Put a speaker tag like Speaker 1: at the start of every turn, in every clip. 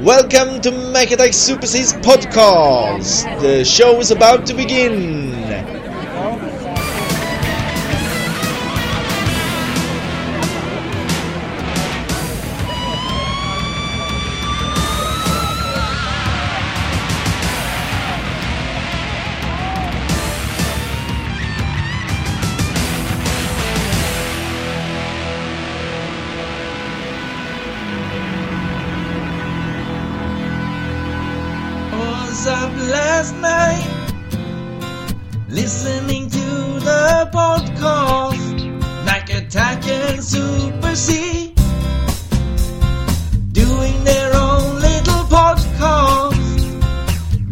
Speaker 1: Welcome to Mechatax Super C's podcast. The show is about to begin.
Speaker 2: was up last night listening to the podcast like attack and super c doing their own little podcast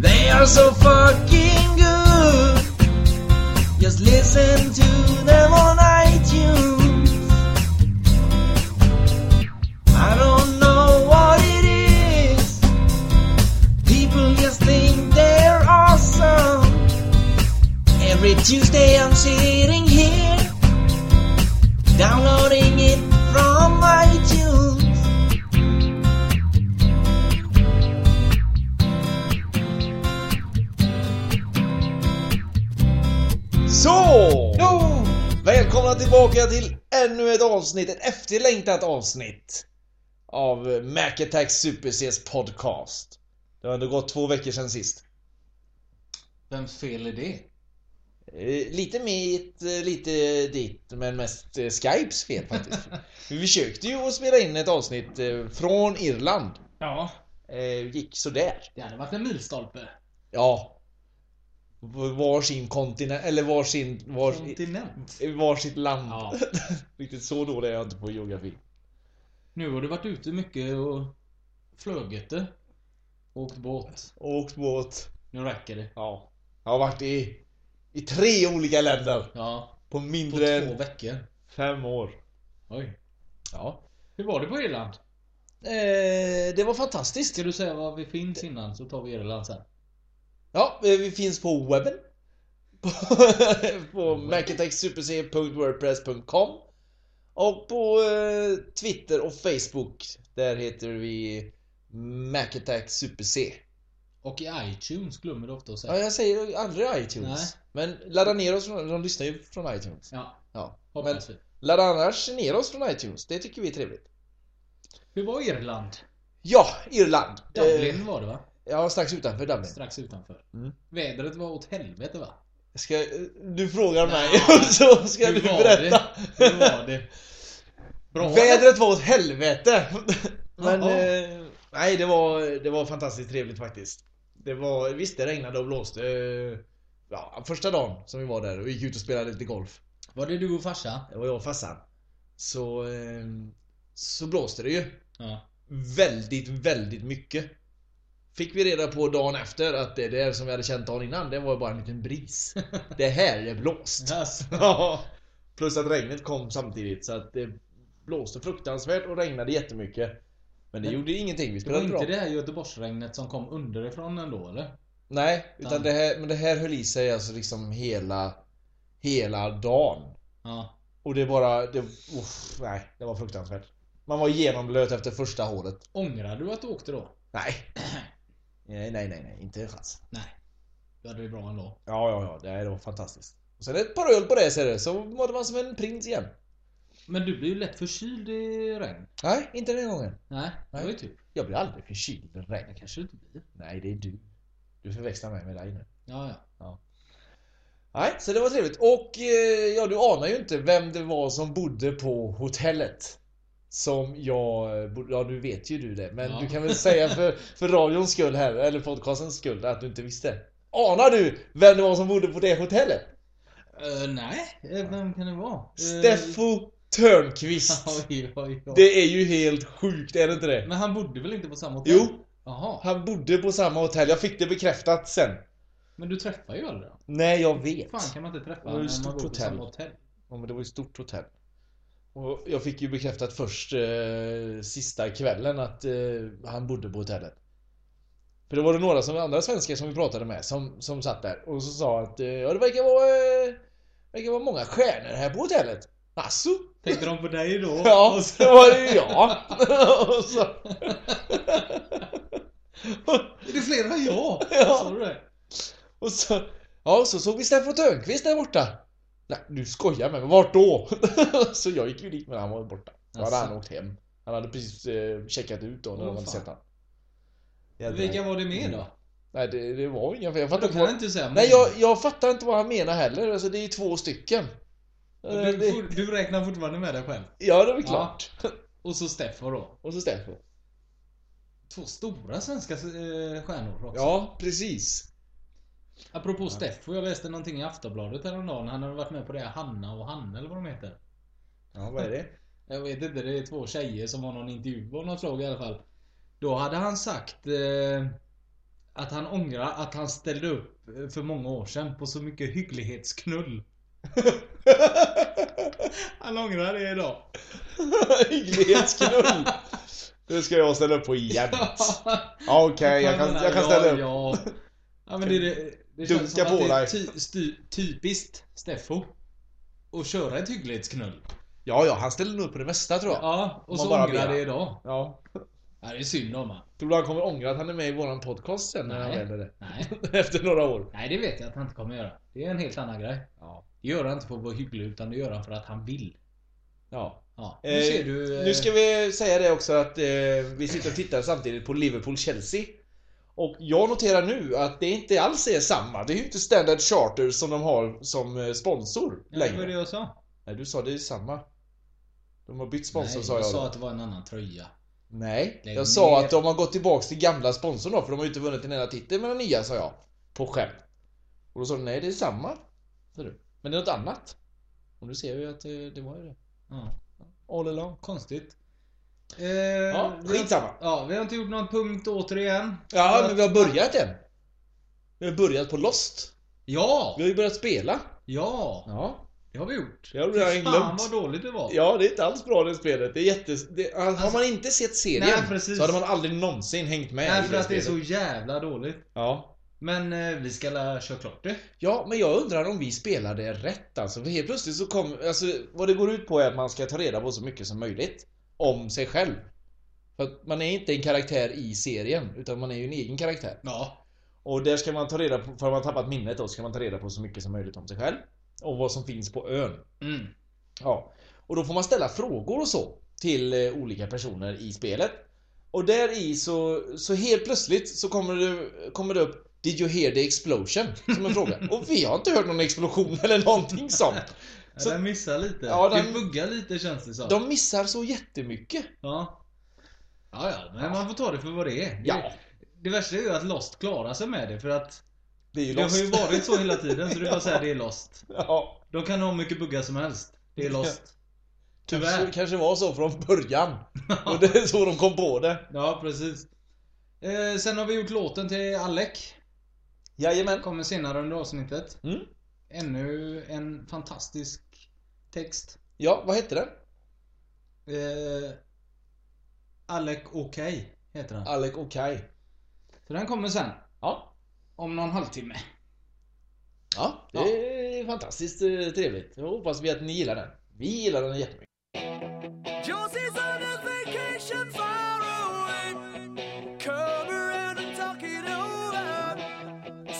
Speaker 2: they are so fucking good just listen to them on itunes i don't know what it is People just think they're awesome. Every Tuesday I'm sitting here, downloading it from iTunes.
Speaker 1: Så!
Speaker 2: No!
Speaker 1: Välkomna tillbaka till ännu ett avsnitt, ett efterlängtat avsnitt av Mac Attack Super C's podcast. Det har ändå gått två veckor sedan sist.
Speaker 2: Vems fel är det?
Speaker 1: Eh, Lite mitt, eh, lite ditt, men mest eh, Skypes fel faktiskt. Vi försökte ju att spela in ett avsnitt eh, från Irland.
Speaker 2: Ja,
Speaker 1: Eh, Gick sådär.
Speaker 2: det hade varit en milstolpe.
Speaker 1: Ja. V- Varsin kontinent, eller varsin... Vars,
Speaker 2: Kontinent.
Speaker 1: varsitt land.
Speaker 2: Ja.
Speaker 1: Riktigt så dålig är jag inte på geografi.
Speaker 2: Nu har du varit ute mycket och flugit det. Åkt båt.
Speaker 1: Och åkt båt.
Speaker 2: Nu räcker det.
Speaker 1: Ja. Jag har varit i, i tre olika länder
Speaker 2: Ja,
Speaker 1: på
Speaker 2: på
Speaker 1: mindre
Speaker 2: två
Speaker 1: än
Speaker 2: veckor.
Speaker 1: fem år.
Speaker 2: Oj.
Speaker 1: Ja.
Speaker 2: Hur var det på Irland?
Speaker 1: Eh, det var fantastiskt.
Speaker 2: Ska du säga var vi finns innan så tar vi Irland sen.
Speaker 1: Ja, eh, vi finns på webben. På, på macatechsuperc.wordpress.com Och på eh, Twitter och Facebook. Där heter vi Macattack Super C.
Speaker 2: Och i iTunes glömmer du ofta att säga.
Speaker 1: Ja, jag säger ju aldrig iTunes. Men ladda ner oss från, de lyssnar ju från iTunes.
Speaker 2: Ja,
Speaker 1: Ja. Men
Speaker 2: hoppas vi.
Speaker 1: ladda annars ner oss från iTunes, det tycker vi är trevligt.
Speaker 2: Hur var Irland?
Speaker 1: Eh. Ja, Irland!
Speaker 2: Dublin
Speaker 1: Eh,
Speaker 2: var det va?
Speaker 1: ja, strax utanför Dublin.
Speaker 2: Strax utanför.
Speaker 1: Mm.
Speaker 2: Vädret var åt helvete va?
Speaker 1: Ska, eh, du frågar mig
Speaker 2: Ja.
Speaker 1: och så ska
Speaker 2: Hur
Speaker 1: du
Speaker 2: var
Speaker 1: berätta.
Speaker 2: Det var det. Bra eller?
Speaker 1: Vädret var åt helvete! Men
Speaker 2: Jaha.
Speaker 1: eh, nej, det var, det var fantastiskt trevligt faktiskt. Det var, visst det regnade och blåste. eh, Ja, första dagen som vi var där och gick ut och spelade lite golf.
Speaker 2: Var det du och farsan?
Speaker 1: Det var jag och farsan. Så, eh, så blåste det ju.
Speaker 2: Ja.
Speaker 1: Väldigt, väldigt mycket. Fick vi reda på dagen efter att det där som vi hade känt dagen innan, det var bara en liten bris. Det här är blåst.
Speaker 2: Yes.
Speaker 1: Ja. Plus att regnet kom samtidigt så att det blåste fruktansvärt och regnade jättemycket. Men det
Speaker 2: Men
Speaker 1: gjorde ingenting, vi
Speaker 2: Det var
Speaker 1: spelade bra.
Speaker 2: inte det här Göteborgsregnet som kom underifrån ändå eller?
Speaker 1: Nej, utan det här, men det här höll i sig alltså liksom hela, hela dagen.
Speaker 2: Ja.
Speaker 1: Och det bara, det, uff, nej, det var fruktansvärt. Man var genomblöt efter första hålet.
Speaker 2: Ångrar du att du åkte då?
Speaker 1: Nej. nej, nej, nej, nej, inte en chans.
Speaker 2: Nej. Du hade det bra ändå.
Speaker 1: Ja, ja, ja, det, här, det var fantastiskt. Och sen ett par öl på det ser du, så mådde man som en prins igen.
Speaker 2: Men du blir ju lätt förkyld i regn.
Speaker 1: Nej, inte den här gången.
Speaker 2: Nej, det var ju tur.
Speaker 1: Jag blir aldrig förkyld i
Speaker 2: Det
Speaker 1: regn.
Speaker 2: kanske du inte blir.
Speaker 1: Nej, det är du. Du förväxlar mig med dig nu.
Speaker 2: Ja, ja.
Speaker 1: Nej, så det var trevligt. Och eh, ja, du anar ju inte vem det var som bodde på hotellet. Som jag... bodde- Ja, du vet ju du det. Men
Speaker 2: Ja.
Speaker 1: du kan väl säga för, för radions skull här, eller podcastens skull, att du inte visste. Anar du vem det var som bodde på det hotellet?
Speaker 2: Eh, nej, Eh, vem kan det vara? Uh,
Speaker 1: Steffo Törnqvist.
Speaker 2: Oj, oj, oj.
Speaker 1: Det är ju helt sjukt, är det inte det?
Speaker 2: Men han bodde väl inte på samma hotell?
Speaker 1: Jo,
Speaker 2: Jaha,
Speaker 1: han bodde på samma hotell. Jag fick det bekräftat sen.
Speaker 2: men du träffar ju aldrig honom.
Speaker 1: Nej, jag vet.
Speaker 2: fan kan man inte träffa
Speaker 1: Det var ju
Speaker 2: honom
Speaker 1: ett
Speaker 2: när man
Speaker 1: stort
Speaker 2: bor på
Speaker 1: hotell.
Speaker 2: samma hotell?
Speaker 1: Ja, men det var ju ett stort hotell. Och jag fick ju bekräftat först eh, sista kvällen att eh, han bodde på hotellet. För det var det några som, andra svenskar som vi pratade med som, som satt där och så sa att eh, ja, det verkar vara, eh, verkar vara många stjärnor här på hotellet. Asså?
Speaker 2: Tänkte de på dig då?
Speaker 1: Ja,
Speaker 2: Och
Speaker 1: det
Speaker 2: så-
Speaker 1: var det ju jag. och så.
Speaker 2: Är det fler än jag?
Speaker 1: Ja.
Speaker 2: Sa du det?
Speaker 1: Och så, ja, så såg vi Steffo Törnqvist där borta. Nej, du skojar med mig. Vart då? så jag gick ju dit, men han var borta. Då hade
Speaker 2: Alltså.
Speaker 1: han åkt hem. Han hade precis eh, checkat ut då när
Speaker 2: Åh,
Speaker 1: de hade
Speaker 2: fan.
Speaker 1: sett han.
Speaker 2: Vilka var det med då?
Speaker 1: Nej, det, det var inga fel. Jag fattar
Speaker 2: Du
Speaker 1: inte
Speaker 2: kan
Speaker 1: vad...
Speaker 2: inte säga.
Speaker 1: Nej, jag, jag fattar inte vad han menar heller. Alltså, det är ju två stycken. Eh,
Speaker 2: Du,
Speaker 1: det...
Speaker 2: for- du räknar fortfarande med dig själv.
Speaker 1: Ja, det är väl
Speaker 2: Ja.
Speaker 1: klart.
Speaker 2: Och så Steffo då.
Speaker 1: Och så Steffo.
Speaker 2: Två stora svenska eh, stjärnor också.
Speaker 1: Ja, precis.
Speaker 2: Apropå Steffo, jag läste någonting i Aftonbladet häromdagen. Han har varit med på det här Hanna och Hanna eller vad de heter.
Speaker 1: Ja, vad är det?
Speaker 2: Jag vet inte, det är två tjejer som har någon intervju av något slag i alla fall. Då hade han sagt eh, att han ångrar att han ställde upp eh, för många år sedan på så mycket hygglighetsknull. Han ångrar det idag.
Speaker 1: Hygglighetsknull. Det ska jag ställa upp på jämt. Ja, Okej, jag, kan, jag kan ställa upp.
Speaker 2: Ja, ja. ja men det, det, det känns som
Speaker 1: Dunka
Speaker 2: att
Speaker 1: på
Speaker 2: det är
Speaker 1: dig.
Speaker 2: ty, sty, typiskt Steffo. Att köra ett hygglighetsknull.
Speaker 1: Ja, ja, han ställer nog upp på det mesta tror jag. Ja.
Speaker 2: Ja, och
Speaker 1: man
Speaker 2: så
Speaker 1: bara
Speaker 2: ångrar
Speaker 1: ber.
Speaker 2: det idag. Ja, det är synd om han.
Speaker 1: Tror du han kommer ångra att han är med i våran podcast sen när han
Speaker 2: Nej.
Speaker 1: väl är det?
Speaker 2: Nej.
Speaker 1: Efter några år.
Speaker 2: Nej, det vet jag att han inte kommer göra. Det är en helt annan grej.
Speaker 1: Ja.
Speaker 2: Det gör han inte för att vara hygglig, utan det gör han för att han vill.
Speaker 1: ja.
Speaker 2: Ja, nu
Speaker 1: Eh,
Speaker 2: ser du... eh,
Speaker 1: Nu ska vi säga det också att eh, vi sitter och tittar samtidigt på Liverpool-Chelsea. Och jag noterar nu att det inte alls är samma. Det är ju inte Standard Charter som de har som eh, sponsor
Speaker 2: Ja, det var
Speaker 1: längre.
Speaker 2: det jag sa.
Speaker 1: Nej, du sa det är samma. De har bytt sponsor
Speaker 2: Nej,
Speaker 1: sa jag.
Speaker 2: jag
Speaker 1: då.
Speaker 2: sa att det var en annan tröja.
Speaker 1: Nej,
Speaker 2: Lägg
Speaker 1: jag sa
Speaker 2: ner.
Speaker 1: att de har gått tillbaks till gamla sponsorn då, för de har ju inte vunnit en enda titel med den nya, sa jag. På skämt. Och då sa de, nej det är samma. sa du. Men det är något annat. Och nu ser vi att eh, det var ju det.
Speaker 2: Ja,
Speaker 1: All along.
Speaker 2: konstigt. Eh,
Speaker 1: Ja,
Speaker 2: vi har,
Speaker 1: skitsamma.
Speaker 2: ja, vi har inte gjort någon punkt återigen.
Speaker 1: Ja, men vi har börjat än. Vi har börjat på Lost.
Speaker 2: Ja!
Speaker 1: Vi har ju börjat spela.
Speaker 2: Ja!
Speaker 1: Ja.
Speaker 2: Det har vi gjort.
Speaker 1: Det har vi redan
Speaker 2: Fy fan
Speaker 1: glömt.
Speaker 2: vad dåligt det var.
Speaker 1: Ja, det är inte alls bra det spelet. Det är jätte... Det, har man inte sett serien
Speaker 2: Nej, precis.
Speaker 1: så hade man aldrig någonsin hängt med
Speaker 2: Nej,
Speaker 1: i
Speaker 2: för
Speaker 1: det
Speaker 2: att det är
Speaker 1: spelet.
Speaker 2: så jävla dåligt.
Speaker 1: Ja.
Speaker 2: Men eh, vi ska la köra klart det.
Speaker 1: Ja, men jag undrar om vi spelade rätt alltså. För helt plötsligt så kom, alltså vad det går ut på är att man ska ta reda på så mycket som möjligt. Om sig själv. För att man är inte en karaktär i serien, utan man är ju en egen karaktär.
Speaker 2: Ja.
Speaker 1: Och där ska man ta reda på, för man har tappat minnet då, ska man ta reda på så mycket som möjligt om sig själv. Och vad som finns på ön.
Speaker 2: Mm.
Speaker 1: Ja. Och då får man ställa frågor och så till eh, olika personer i spelet. Och där i så, så helt plötsligt så kommer det, kommer det upp Did you hear the explosion? Som en fråga. Och vi har inte hört någon explosion eller någonting sånt. Så-
Speaker 2: Så... Den missar lite.
Speaker 1: Ja, den-
Speaker 2: Det buggar lite känns det som.
Speaker 1: De missar så jättemycket.
Speaker 2: Ja. Ja, ja, men man får ta det för vad det är.
Speaker 1: Ja,
Speaker 2: Det, det värsta är ju att Lost klarar sig med det för att
Speaker 1: det är ju
Speaker 2: det har
Speaker 1: lost.
Speaker 2: ju varit så hela tiden så det är bara att säga det är Lost.
Speaker 1: Ja,
Speaker 2: De kan ha hur mycket buggar som helst. Det är Lost. Tyvärr.
Speaker 1: kanske, kanske var så från början. Och det är så de kom på det.
Speaker 2: Ja, precis. Eh, sen har vi gjort låten till Alec.
Speaker 1: Jajamän.
Speaker 2: Kommer senare under avsnittet.
Speaker 1: Mm.
Speaker 2: Ännu en fantastisk text.
Speaker 1: Ja, vad hette den?
Speaker 2: Eh, Alec Okej heter den.
Speaker 1: Alec O'Kaj.
Speaker 2: Så den kommer sen.
Speaker 1: Ja.
Speaker 2: Om någon halvtimme.
Speaker 1: Ja, det
Speaker 2: Ja.
Speaker 1: är fantastiskt eh, trevligt. Jag hoppas vi att ni gillar den. Vi gillar den jättemycket.
Speaker 3: Josie's on a vacation far away. Come around and talk it over.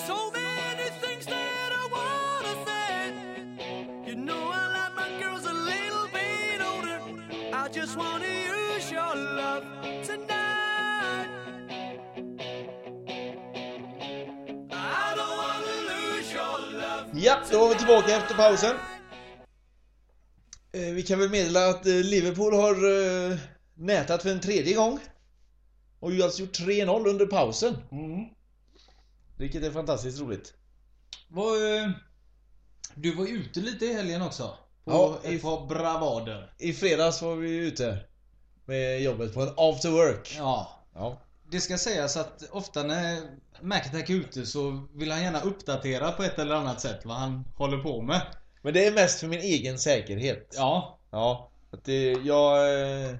Speaker 3: So many things that I wanna say. You know I like my girls a little bit older. I just wanna use your love tonight. I don't wanna lose your love.
Speaker 1: Ja, då var vi tillbaka efter pausen. Eh, Vi kan väl meddela att eh, Liverpool har eh, nätat för en tredje gång. Och ju alltså gjort 3-0 under pausen. Mm. Vilket är fantastiskt roligt.
Speaker 2: Vad, eh, du var ute lite i helgen också. På
Speaker 1: Ja, i-
Speaker 2: ett par bravader.
Speaker 1: I fredags var vi ute med jobbet på en after work.
Speaker 2: Ja.
Speaker 1: Ja.
Speaker 2: Det ska sägas att ofta när Macattack är ute så vill han gärna uppdatera på ett eller annat sätt vad han håller på med.
Speaker 1: Men det är mest för min egen säkerhet.
Speaker 2: Ja.
Speaker 1: Ja, att det, jag, eh,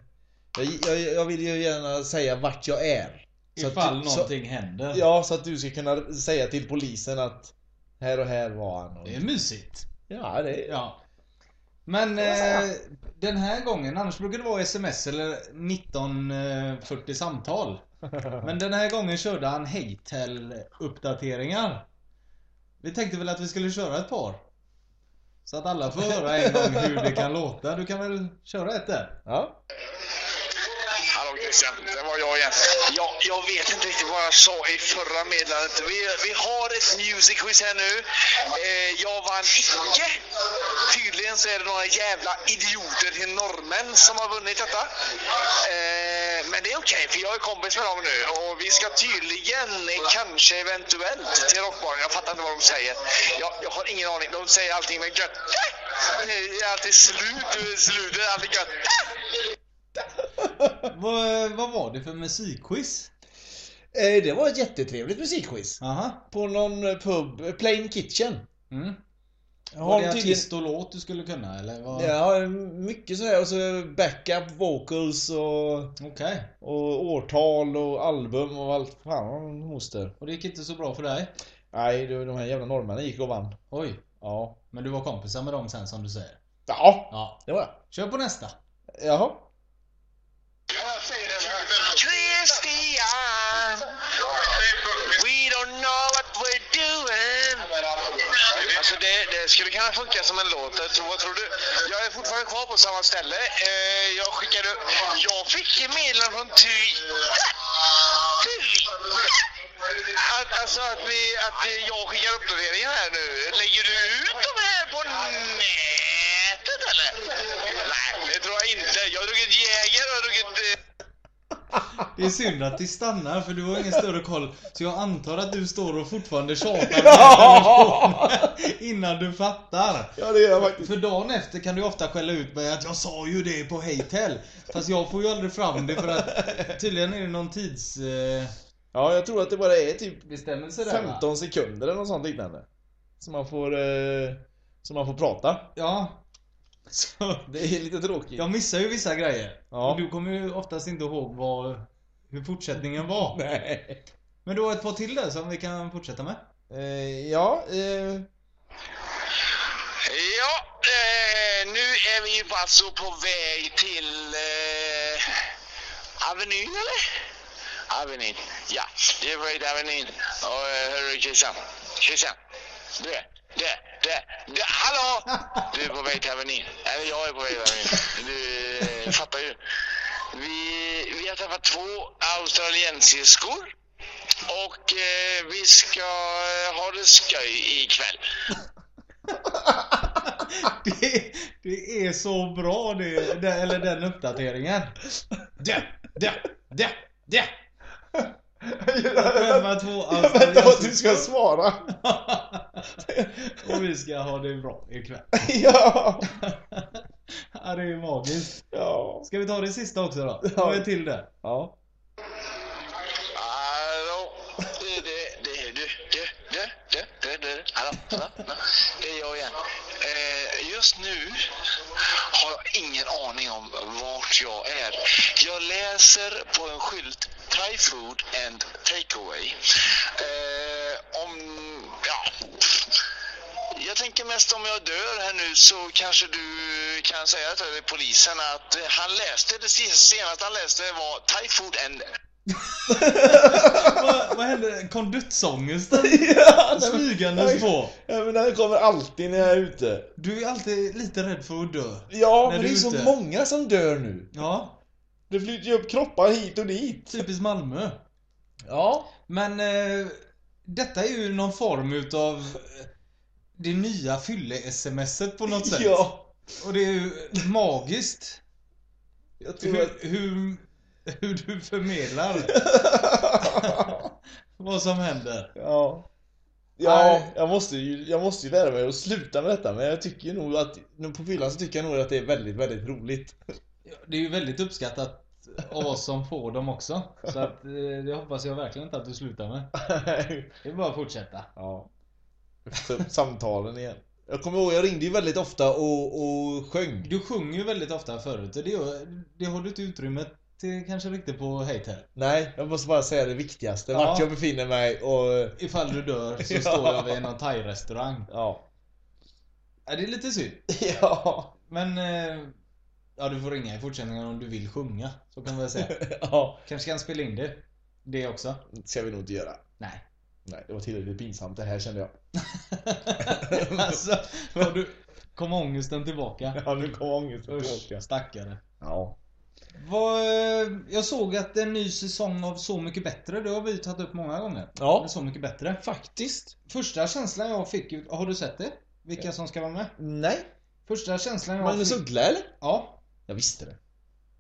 Speaker 1: jag, jag, jag vill ju gärna säga vart jag är. Så att
Speaker 2: Ifall
Speaker 1: du-
Speaker 2: någonting händer.
Speaker 1: Så, ja, så att du ska kunna säga till polisen att här och här var han. Och,
Speaker 2: Det är mysigt.
Speaker 1: ja, det är...
Speaker 2: Ja. Men eh, den här gången, annars brukar det vara sms eller 1940 samtal. Men den här gången körde han Heytel uppdateringar. Vi tänkte väl att vi skulle köra ett par. Så att alla får höra en gång hur det kan låta. Du kan väl köra ett där?
Speaker 1: Ja.
Speaker 4: Hallå Christian, det var jag igen. Ja, jag vet inte riktigt vad jag sa i förra meddelandet. Vi, vi har ett music quiz här nu. Eh, jag vann icke. Tydligen så är det några jävla idioter till norrmän som har vunnit detta. Eh, men det är okej, för jag är kompis med dem nu. Och vi ska tydligen, eh, kanske eventuellt, till Rockbaren. Jag fattar inte vad de säger. Jag, jag har ingen aning. De säger allting med gött. Det är alltid slut, slutet är alltid gött.
Speaker 2: Vad, vad var det för musikquiz?
Speaker 1: Eh, Det var ett jättetrevligt musikquiz.
Speaker 2: Aha.
Speaker 1: På någon eh, pub, eh, Plain Kitchen.
Speaker 2: Mm. Var
Speaker 1: Har
Speaker 2: det
Speaker 1: de tydligen...
Speaker 2: artist och låt du skulle kunna eller? Vad...
Speaker 1: Ja, mycket sådär. Och så backup vocals och,
Speaker 2: Okej.
Speaker 1: och årtal och album och allt. Fan, moster.
Speaker 2: Och det gick inte så bra för dig?
Speaker 1: Nej, du, de här jävla norrmännen gick och vann.
Speaker 2: Oj.
Speaker 1: Ja.
Speaker 2: Men du var kompisar med dem sen som du säger?
Speaker 1: Ja,
Speaker 2: Ja.
Speaker 1: det var jag.
Speaker 2: Kör på nästa.
Speaker 1: Jaha.
Speaker 4: Christian, we don't know what we're doing. Alltså det, det skulle kunna funka som en låt. Jag tror- Vad tror du? Jag är fortfarande kvar på samma ställe. Eh, Jag skickade upp... Jag fick ett meddelande från Ty... Ty! Att, alltså att, vi, att vi, jag skickar uppdateringar här nu. Lägger du ut dem här på nätet eller? Nej, det tror jag inte. Jag har druckit Jäger och jag har druckit... eh,
Speaker 2: Det är synd att det stannar för du har ingen större koll. Så jag antar att du står och fortfarande tjatar
Speaker 1: Ja!
Speaker 2: innan du fattar.
Speaker 1: Ja, det gör jag faktiskt.
Speaker 2: För dagen efter kan du ofta skälla ut mig att jag sa ju det på Heytel. Fast jag får ju aldrig fram det för att tydligen är det någon tids... Eh,
Speaker 1: Ja, jag tror att det bara är typ
Speaker 2: bestämmelse där va?
Speaker 1: 15 sekunder eller något sånt liknande. Som man får... Eh, som man får prata.
Speaker 2: Ja. Så,
Speaker 1: Det är lite tråkigt.
Speaker 2: jag missar ju vissa grejer.
Speaker 1: Ja.
Speaker 2: Och du kommer ju oftast inte ihåg vad, hur fortsättningen var.
Speaker 1: Nej.
Speaker 2: Men du har ett par till där som vi kan fortsätta med.
Speaker 1: Eh, ja, eh,
Speaker 4: Ja, eh, nu är vi ju alltså på väg till eh, Avenyn, eller? Avenyn, ja. Det är på väg till Avenyn. Och eh, hörru Christian, Christian. Du, du, du, du, hallå! Du är på väg till Avenyn. Eller jag är på väg till Avenyn. Du eh, fattar ju. Vi, vi har träffat två australiensiskor. Och eh, vi ska eh, ha det skoj ikväll.
Speaker 2: Det, det är så bra det, det, eller den uppdateringen. Det, det, det, det.
Speaker 1: Alltså, jag
Speaker 2: Femma, två, alltså,
Speaker 1: väntar på att du ska svara.
Speaker 2: Och vi ska ha det bra ikväll.
Speaker 1: ja,
Speaker 2: Ja, det är magiskt.
Speaker 1: ja.
Speaker 2: Ska vi ta det sista också då?
Speaker 1: Ja.
Speaker 2: Ta en till där.
Speaker 1: Ja.
Speaker 4: Hallå! Det, det, det, du, du, du, du, du, du. Hallå, hallå, hallå. Det är jag igen. Eh, just nu har jag ingen aning om vart jag är. Jag läser på en skylt Thai food and takeaway. Eh, om, ja. Jag tänker mest om jag dör här nu så kanske du kan säga till polisen att han läste, det senaste han läste var Thai food and
Speaker 2: Vad, vad hände? Konduttsångesten
Speaker 1: ja nej, men,
Speaker 2: smygandes på.
Speaker 1: ja, men den kommer alltid när jag är ute.
Speaker 2: Du är alltid lite rädd för att dö.
Speaker 1: Ja,
Speaker 2: När
Speaker 1: men
Speaker 2: du
Speaker 1: det är
Speaker 2: är
Speaker 1: så
Speaker 2: ute.
Speaker 1: många som dör nu.
Speaker 2: Ja,
Speaker 1: Det flyter ju upp kroppar hit och dit.
Speaker 2: typiskt Malmö.
Speaker 1: Ja.
Speaker 2: Men eh, detta är ju någon form utav eh, det nya fylle-smset på något sätt.
Speaker 1: Ja.
Speaker 2: Och det är ju magiskt
Speaker 1: Jag tror att...
Speaker 2: hur, hur, hur du förmedlar vad som händer.
Speaker 1: ja. Ja,
Speaker 2: Nej.
Speaker 1: jag måste, ju, jag måste ju lära mig att sluta med detta men jag tycker ju nog att, nu på fyllan så tycker jag nog att det är väldigt, väldigt roligt.
Speaker 2: Ja, Det är ju väldigt uppskattat av oss som får dem också. Så att, eh, det hoppas jag verkligen inte att du slutar med. Det är bara att fortsätta.
Speaker 1: Ja. Ta upp samtalen igen. Jag kommer ihåg, jag ringde ju väldigt ofta och, och sjöng.
Speaker 2: Du sjunger ju väldigt ofta förut och det, gör- det har du inte utrymme till kanske riktigt på Heytel.
Speaker 1: Nej, jag måste bara säga det viktigaste.
Speaker 2: Ja.
Speaker 1: Vart jag befinner mig och...
Speaker 2: Ifall du dör så
Speaker 1: Ja.
Speaker 2: står jag vid någon thai-restaurang.
Speaker 1: Ja.
Speaker 2: Ja, det är lite synd.
Speaker 1: Ja.
Speaker 2: Men... eh, Ja, du får ringa i fortsättningen om du vill sjunga. Så kan vi väl säga.
Speaker 1: ja.
Speaker 2: Kanske kan spela in det. Det också?
Speaker 1: ska vi nog inte göra.
Speaker 2: Nej.
Speaker 1: Nej, det var tillräckligt pinsamt det här kände jag.
Speaker 2: alltså, har du, kom ångesten tillbaka?
Speaker 1: Ja, nu kom ångesten
Speaker 2: Usch, stackare.
Speaker 1: Ja.
Speaker 2: Vad, eh, jag såg att en ny säsong av Så Mycket Bättre, det har vi ju tagit upp många gånger.
Speaker 1: Ja,
Speaker 2: Men Så Mycket Bättre. Faktiskt. Första känslan jag fick, ju- har du sett det? Vilka som ska vara med?
Speaker 1: nej.
Speaker 2: Första känslan jag
Speaker 1: Magnus
Speaker 2: fick...
Speaker 1: Uggla eller?
Speaker 2: Ja.
Speaker 1: Jag visste det.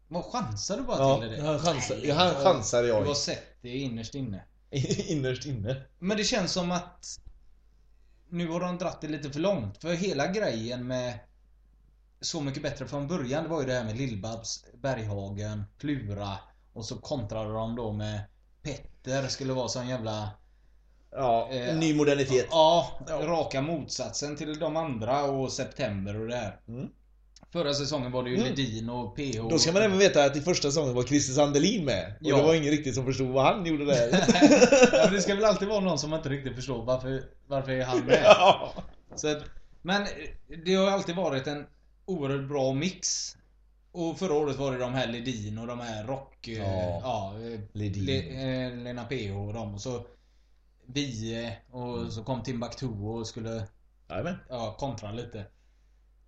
Speaker 2: Vad chansar du bara
Speaker 1: Ja,
Speaker 2: till det?
Speaker 1: han chansade,
Speaker 2: Nej,
Speaker 1: han
Speaker 2: vad-
Speaker 1: chansade
Speaker 2: Du har
Speaker 1: jag.
Speaker 2: sett det innerst inne.
Speaker 1: Innerst inne.
Speaker 2: Men det känns som att nu har de dratt det lite för långt. För hela grejen med Så mycket bättre från början, det var ju det här med Lill-Babs, Berghagen, Plura. Och så kontrade de då med Petter skulle vara sån jävla...
Speaker 1: Ja,
Speaker 2: Eh,
Speaker 1: ny modernitet.
Speaker 2: Ja,
Speaker 1: Ja.
Speaker 2: raka motsatsen till de andra och September och det här.
Speaker 1: Mm.
Speaker 2: Förra säsongen var det ju
Speaker 1: Mm.
Speaker 2: Ledin och PH.
Speaker 1: Då ska man även veta att i första säsongen var Christer Sandelin med. Och
Speaker 2: Ja.
Speaker 1: det var ingen riktigt som förstod vad han gjorde där.
Speaker 2: Ja, men det ska väl alltid vara någon som man inte riktigt förstår varför, varför är han med?
Speaker 1: ja.
Speaker 2: Så att, men eh, det har ju alltid varit en oerhört bra mix. Och förra året var det de här Ledin och de här Rock... eh,
Speaker 1: Ja.
Speaker 2: ja eh,
Speaker 1: Ledin.
Speaker 2: Le, eh, Lena PH och dem. Och så Vie
Speaker 1: Mm.
Speaker 2: och så kom Timbuktu och skulle
Speaker 1: Jajamän.
Speaker 2: ja, kontra lite.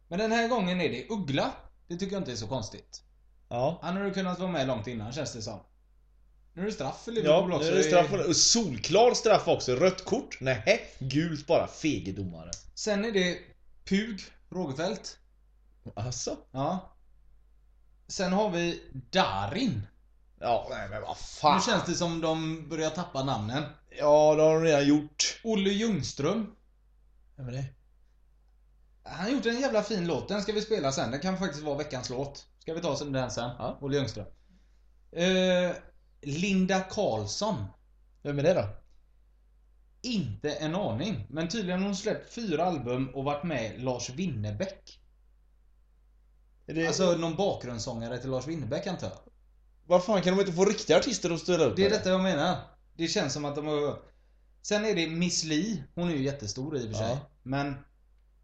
Speaker 2: Men den här gången är det Uggla. Det tycker jag inte är så konstigt.
Speaker 1: Ja.
Speaker 2: Han hade kunnat vara med långt innan känns det som. Nu är det straff för
Speaker 1: Ja,
Speaker 2: Liverpool
Speaker 1: nu
Speaker 2: också.
Speaker 1: är det straff. och- och Solklar straff också. Rött kort? Nej, gult bara. Fegedomare.
Speaker 2: Sen är det Pug, Rogefeldt.
Speaker 1: Alltså?
Speaker 2: Ja. Sen har vi Darin.
Speaker 1: Ja, nej men vad
Speaker 2: Nu
Speaker 1: fan.
Speaker 2: känns det som de börjar tappa namnen.
Speaker 1: Ja, det har de redan gjort.
Speaker 2: Olle Ljungström.
Speaker 1: Vem är det?
Speaker 2: Han har gjort en jävla fin låt. Den ska vi spela sen. Den kan faktiskt vara veckans låt. Ska vi ta sen- den sen?
Speaker 1: Ja.
Speaker 2: Olle Ljungström. Eh, Linda Karlsson.
Speaker 1: Vem är det då?
Speaker 2: Inte en aning. Men tydligen har hon släppt fyra album och varit med Lars Winnerbäck.
Speaker 1: Är det...
Speaker 2: Alltså någon bakgrundssångare till Lars Winnerbäck antar jag.
Speaker 1: vad fan kan de inte få riktiga artister att ställa upp
Speaker 2: Det är
Speaker 1: med?
Speaker 2: detta jag menar. Det känns som att de har... Sen är det Miss Li. Hon är ju jättestor i och för sig.
Speaker 1: Ja.
Speaker 2: Men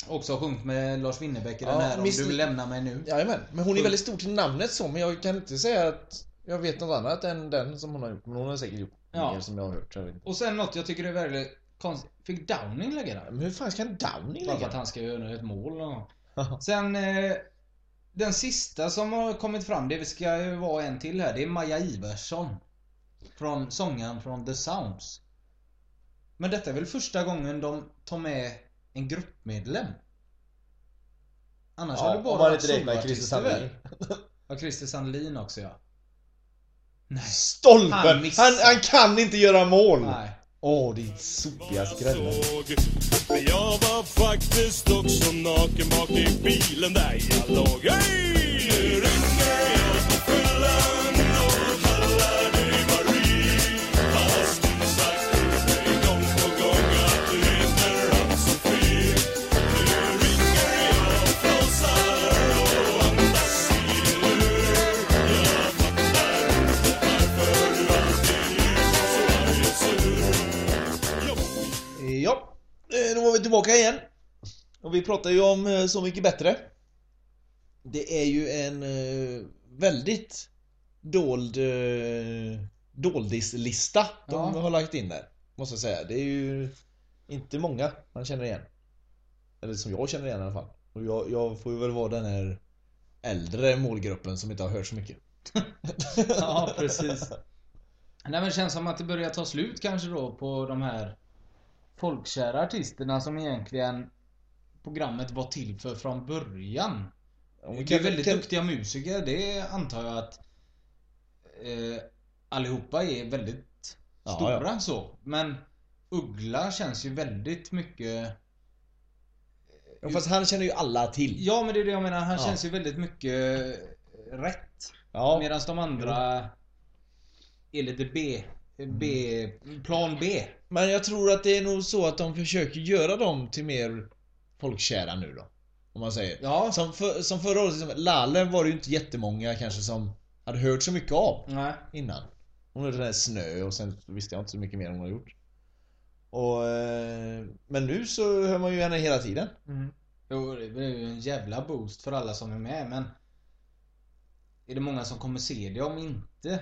Speaker 2: också har sjungit med Lars Winnerbäck i
Speaker 1: Ja,
Speaker 2: den här
Speaker 1: Miss
Speaker 2: Om du
Speaker 1: Li-
Speaker 2: lämnar mig nu.
Speaker 1: Jajamän, men hon är väldigt stor till namnet så, men jag kan inte säga att jag vet något annat än den som hon har gjort. Men hon har säkert gjort
Speaker 2: Ja.
Speaker 1: mer som jag har hört. Jag vet inte.
Speaker 2: Och sen något jag tycker är väldigt konstigt. Fick Downing lägga den?
Speaker 1: Men hur fan ska en Downing
Speaker 2: Bara för
Speaker 1: lägga
Speaker 2: att han ska göra ett mål någon gång.
Speaker 1: den?
Speaker 2: Sen eh, den sista som har kommit fram, det ska ju vara en till här. Det är Maja Iversson. Från sångaren från The Sounds. Men detta är väl första gången de tar med en gruppmedlem? Annars har det bara
Speaker 1: om man
Speaker 2: varit
Speaker 1: inte räknar
Speaker 2: soloartister,
Speaker 1: Christer Sandlin.
Speaker 2: väl? Ja, Christer Sandlin också ja. Nej. Han
Speaker 1: Stolpen!
Speaker 2: missar.
Speaker 1: Han, han kan inte göra mål!
Speaker 2: Nej.
Speaker 1: Åh, ditt sopiga skrälle.
Speaker 5: såg. Men jag var faktiskt också naken bak i bilen där jag låg. Hej! Nu ringer jag på fyllan och kallar dig Marie. Fast du sagt mig gång på gång att du heter Ann-Sofie. Nu ringer jag och flåsar och andas i din lur. Jag fattar inte varför du alltid är så arg och sur. Jo.
Speaker 1: Ja, eh, då var vi tillbaka igen. Och vi pratar ju om eh, Så Mycket Bättre. Det är ju en eh, väldigt dold eh, doldislista de
Speaker 2: Ja.
Speaker 1: har lagt in där. Måste jag säga. Det är ju inte många man känner igen. Eller som jag känner igen i alla fall. Och jag, jag får ju väl vara den här äldre målgruppen som inte har hört så mycket.
Speaker 2: Ja, precis. Nej men det känns som att det börjar ta slut kanske då på de här folkkära artisterna som egentligen programmet var till för från början.
Speaker 1: Om
Speaker 2: Det
Speaker 1: vi
Speaker 2: är ju
Speaker 1: kan-
Speaker 2: väldigt
Speaker 1: kan-
Speaker 2: duktiga musiker, det antar jag att eh, allihopa är väldigt
Speaker 1: Ja,
Speaker 2: stora så. Men Uggla känns ju väldigt mycket...
Speaker 1: Ja, Fast han känner ju alla till.
Speaker 2: Ja men det är det jag menar, han
Speaker 1: Ja.
Speaker 2: känns ju väldigt mycket rätt.
Speaker 1: Ja.
Speaker 2: Medan de andra är lite B. B.
Speaker 1: Mm.
Speaker 2: Plan B.
Speaker 1: Men jag tror att det är nog så att de försöker göra dem till mer folkkära nu då. Om man säger.
Speaker 2: Ja.
Speaker 1: Som, för, som förra året, liksom, Laleh var det ju inte jättemånga kanske som hade hört så mycket av
Speaker 2: Nej.
Speaker 1: innan. Hon hörde den här Snö och sen visste jag inte så mycket mer om hon har gjort. Och, eh, men nu så hör man ju henne hela tiden.
Speaker 2: Jo, det blir ju en jävla boost för alla som är med men... Är det många som kommer se det om inte?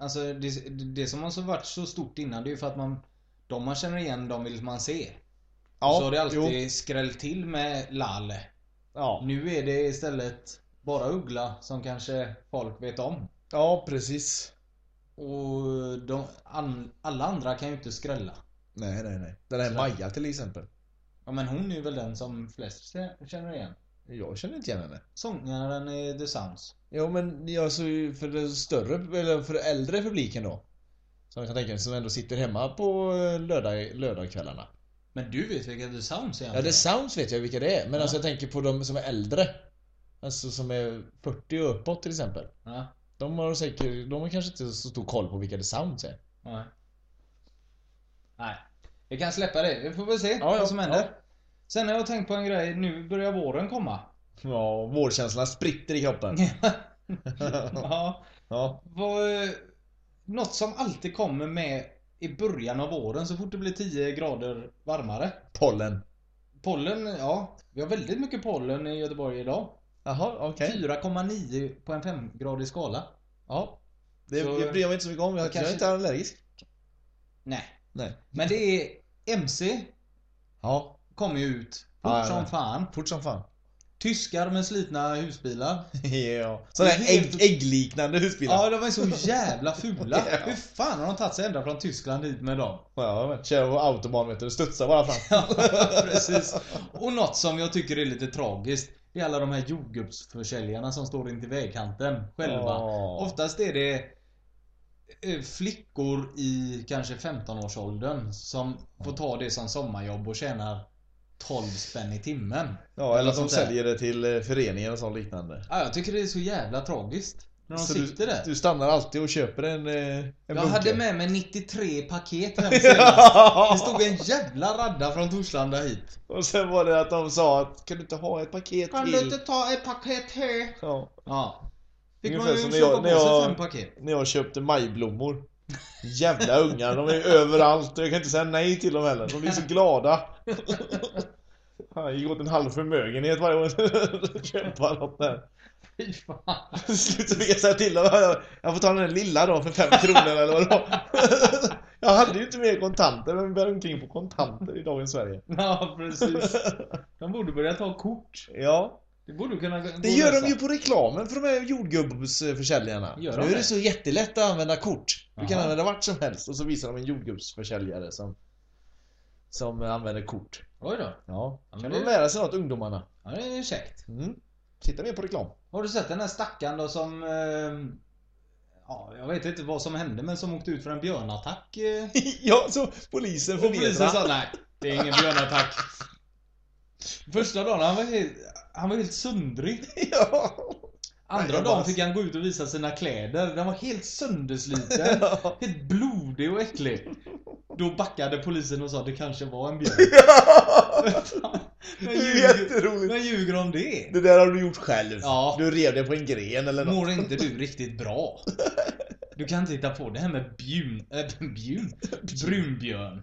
Speaker 2: Alltså det, det som har varit så stort innan det är ju för att man De man känner igen, de vill man se. så har det alltid
Speaker 1: jo,
Speaker 2: skrällt till med Lalle.
Speaker 1: ja.
Speaker 2: Nu är det istället bara Uggla som kanske folk vet om.
Speaker 1: ja, precis.
Speaker 2: Och de, an, alla andra kan ju inte skrälla.
Speaker 1: Nej, nej, nej. Den här
Speaker 2: Så-
Speaker 1: Maja till exempel.
Speaker 2: Ja men hon är väl den som flest känner igen.
Speaker 1: Jag känner inte igen henne.
Speaker 2: Sångaren i The Sounds.
Speaker 1: Jo men jag så för den större, eller för äldre publiken då. Som jag kan tänka mig, som ändå sitter hemma på eh, lördag, lördagkvällarna.
Speaker 2: Men du vet vilka The Sounds är?
Speaker 1: Ja, The Sounds vet jag vilka det är, men
Speaker 2: Ja.
Speaker 1: alltså jag tänker på de som är äldre. Alltså som är 40 och uppåt till exempel.
Speaker 2: Ja,
Speaker 1: De har säkert, de har kanske inte så stor koll på vilka The Sounds är.
Speaker 2: nej. Nej. Vi kan släppa det. Vi får väl se
Speaker 1: ja,
Speaker 2: vad som händer.
Speaker 1: ja.
Speaker 2: Sen har jag tänkt på en grej. Nu börjar våren komma.
Speaker 1: Ja, vårkänslan spritter i kroppen.
Speaker 2: ja.
Speaker 1: ja.
Speaker 2: Vad, något som alltid kommer med i början av våren så fort det blir 10 grader varmare.
Speaker 1: Pollen.
Speaker 2: Pollen, ja. Vi har väldigt mycket pollen i Göteborg idag.
Speaker 1: Jaha, okej.
Speaker 2: 4,9 på en 5-gradig skala.
Speaker 1: Ja. Det,
Speaker 2: Så-
Speaker 1: det bryr jag mig inte så mycket om. Jag,
Speaker 2: Jag kanske-
Speaker 1: jag är inte allergisk.
Speaker 2: Nej.
Speaker 1: Nej.
Speaker 2: Men det är MC
Speaker 1: Ja,
Speaker 2: kommer ju ut fort
Speaker 1: Ja, ja,
Speaker 2: som
Speaker 1: ja.
Speaker 2: fan.
Speaker 1: fort som fan.
Speaker 2: Tyskar med slitna husbilar.
Speaker 1: ja. Sådana här
Speaker 2: Det är helt-
Speaker 1: ägg, äggliknande husbilar.
Speaker 2: Ja, de är så jävla fula.
Speaker 1: Ja.
Speaker 2: Hur fan har de tagit sig ända från Tyskland hit med dem?
Speaker 1: Ja, men kör på autobahn vet du, studsar bara fram.
Speaker 2: Ja, precis. Och något som jag tycker är lite tragiskt. Det är alla de här jordgubbsförsäljarna som står intill vägkanten själva.
Speaker 1: Ja.
Speaker 2: Oftast är det eh, flickor i kanske 15-årsåldern som får ta det som sommarjobb och tjänar 12 spänn i timmen.
Speaker 1: Ja, eller att de
Speaker 2: Sånt där.
Speaker 1: säljer det till eh, föreningen och sånt liknande.
Speaker 2: Ja, jag tycker det är så jävla tragiskt. När de
Speaker 1: Så
Speaker 2: sitter
Speaker 1: du,
Speaker 2: där.
Speaker 1: du stannar alltid och köper en, eh, en
Speaker 2: jag
Speaker 1: bunke.
Speaker 2: hade med mig 93 paket hem senast. Det
Speaker 1: ja.
Speaker 2: stod en jävla radda från Torslanda hit.
Speaker 1: Och sen var det att de sa att kan du inte ha ett paket till?
Speaker 2: ta ett paket här?
Speaker 1: Ja.
Speaker 2: Ja. Fick
Speaker 1: Ungefär
Speaker 2: man ju
Speaker 1: som
Speaker 2: köpa
Speaker 1: när jag-
Speaker 2: på sig
Speaker 1: när jag-
Speaker 2: fem paket.
Speaker 1: När jag köpte majblommor. Jävla ungar, de är ju överallt och jag kan inte säga nej till dem heller. De blir så glada. Han gick åt en halv förmögenhet varje gång jag köpte något där.
Speaker 2: Fy fan.
Speaker 1: Till slut så fick jag säga till dem, jag, jag får ta den där lilla då för fem kronor eller vad det var. Jag hade ju inte mer kontanter, men bär omkring på kontanter i dagens Sverige.
Speaker 2: Ja, precis. De borde börja ta kort.
Speaker 1: Ja.
Speaker 2: Det borde du kunna
Speaker 1: Det gör de ju på reklamen för de här jordgubbsförsäljarna.
Speaker 2: Gör de
Speaker 1: nu är
Speaker 2: det?
Speaker 1: det så jättelätt att använda kort. Du kan
Speaker 2: Aha.
Speaker 1: använda vart som helst och så visar de en jordgubbsförsäljare som, som använder kort.
Speaker 2: Oj då.
Speaker 1: Ja.
Speaker 2: Ja, men
Speaker 1: Kan
Speaker 2: det-
Speaker 1: de lära sig något ungdomarna?
Speaker 2: Ja, det är käckt.
Speaker 1: Mm. Titta mer på reklam.
Speaker 2: Har du sett den här stackaren då som... ehm, ja, jag vet inte vad som hände men som åkte ut för en björnattack. eh,
Speaker 1: ja, så polisen
Speaker 2: Och
Speaker 1: förnedrar.
Speaker 2: polisen sa nej, det är ingen björnattack. Första dagen han var helt, han var helt sundrig.
Speaker 1: ja.
Speaker 2: Andra
Speaker 1: Jag
Speaker 2: dagen
Speaker 1: bara-
Speaker 2: fick han gå ut och visa sina kläder. Den var helt söndersliten.
Speaker 1: Ja.
Speaker 2: Helt blodig och äcklig. Då backade polisen och sa det kanske var en björn.
Speaker 1: Det
Speaker 2: Men
Speaker 1: är
Speaker 2: ljuger,
Speaker 1: jätteroligt.
Speaker 2: men ljuger om det?
Speaker 1: Det där har du gjort själv.
Speaker 2: Ja.
Speaker 1: Du rev dig på en gren eller något.
Speaker 2: Mår inte du riktigt bra? Du kan inte hitta på det här med bjun, äh, bjun, brunbjörn.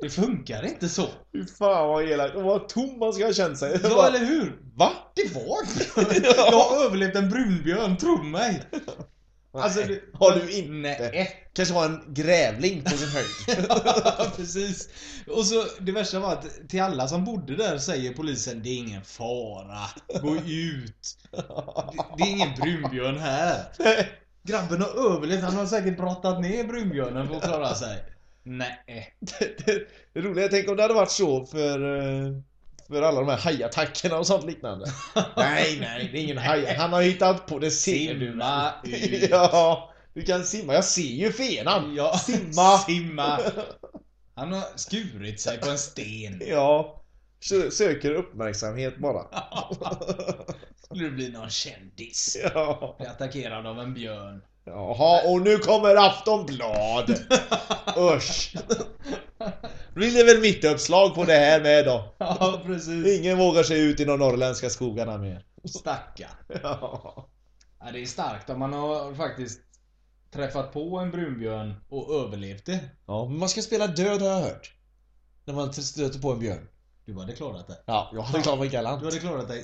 Speaker 2: Det funkar inte så.
Speaker 1: Fy fan vad elakt. Och vad tom man ska ha känt sig.
Speaker 2: Ja,
Speaker 1: Bara,
Speaker 2: eller hur?
Speaker 1: Va?
Speaker 2: Det var en björn. Jag har överlevt en brunbjörn, tro mig! Alltså,
Speaker 1: Nej,
Speaker 2: det-
Speaker 1: Har du inte?
Speaker 2: Nej.
Speaker 1: Kanske var en grävling på sin höjd.
Speaker 2: Precis. Och så det värsta var att till alla som bodde där säger polisen det är ingen fara. Gå ut. Det, det är ingen brunbjörn här. Grabben har överlevt. Han har säkert brottat ner brunbjörnen för att klara sig. Nej.
Speaker 1: det roliga, jag tänker om det hade varit så för, eh, för alla de här hajattackerna och sånt liknande. nej, nej, det är ingen haj. Han har hittat på det. Ser du?
Speaker 2: Simma ut.
Speaker 1: Ja, du kan simma. Jag ser ju fenan.
Speaker 2: Ja,
Speaker 1: Simma.
Speaker 2: Simma. Han har skurit sig på en sten.
Speaker 1: Ja. Sö- Söker uppmärksamhet bara.
Speaker 2: Skulle det bli någon kändis.
Speaker 1: Ja.
Speaker 2: Bli attackerad av en björn.
Speaker 1: Jaha, och nu kommer Aftonblad! Usch! Blir det väl mitt uppslag på det här med då?
Speaker 2: Ja, precis.
Speaker 1: Ingen vågar sig ut i de norrländska skogarna mer.
Speaker 2: Stackarn.
Speaker 1: Ja.
Speaker 2: Ja, det är starkt om man har faktiskt träffat på en brunbjörn och överlevt det.
Speaker 1: ja, men man ska spela död har jag hört. När man stöter på en björn.
Speaker 2: Du hade klarat det.
Speaker 1: Ja, jag hade klarat mig galant.
Speaker 2: Du hade klarat det.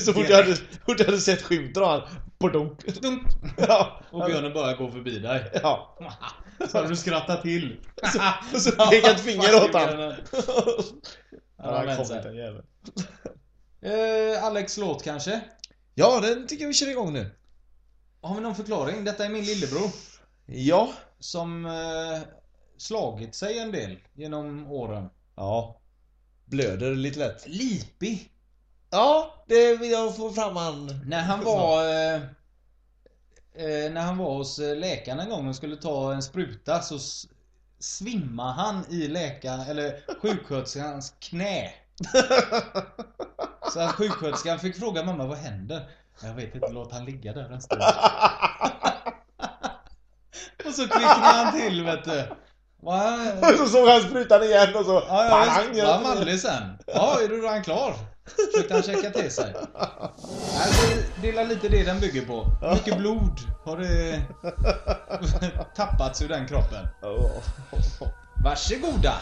Speaker 1: Så fort jag hade, fort jag hade sett skymten av han, podunk.
Speaker 2: Dunk!
Speaker 1: Ja,
Speaker 2: Och björnen börjar gå förbi dig.
Speaker 1: ja.
Speaker 2: Så hade du skrattat till.
Speaker 1: Och så pekade jag ett finger åt han.
Speaker 2: han.
Speaker 1: Ja, han kom
Speaker 2: men så
Speaker 1: inte,
Speaker 2: här.
Speaker 1: den jäveln.
Speaker 2: Eh, Alex låt kanske?
Speaker 1: Ja, den tycker jag vi kör igång nu.
Speaker 2: Har vi någon förklaring? Detta är min lillebror.
Speaker 1: Ja.
Speaker 2: Som eh, slagit sig en del genom åren.
Speaker 1: Ja. Blöder lite lätt.
Speaker 2: Lipig.
Speaker 1: Ja, det vill jag få fram han.
Speaker 2: När han var... Eh, eh, när han var hos eh, läkaren en gång och skulle ta en spruta så s- svimmade han i läkaren, eller sjuksköterskans knä. Så att sjuksköterskan fick fråga mamma vad händer? Jag vet inte, låt han ligga där en stund. Och så klickade han till vet du. Va?
Speaker 1: Och så såg han sprutan igen och så...
Speaker 2: Ja, ja,
Speaker 1: pang!
Speaker 2: visst. Var manlig sen. Ja, är du redan klar? Försökte han checka till sig. Alltså, det är lite det den bygger på. Mycket blod har det tappats ur den kroppen.
Speaker 1: Ja.
Speaker 2: Varsågoda!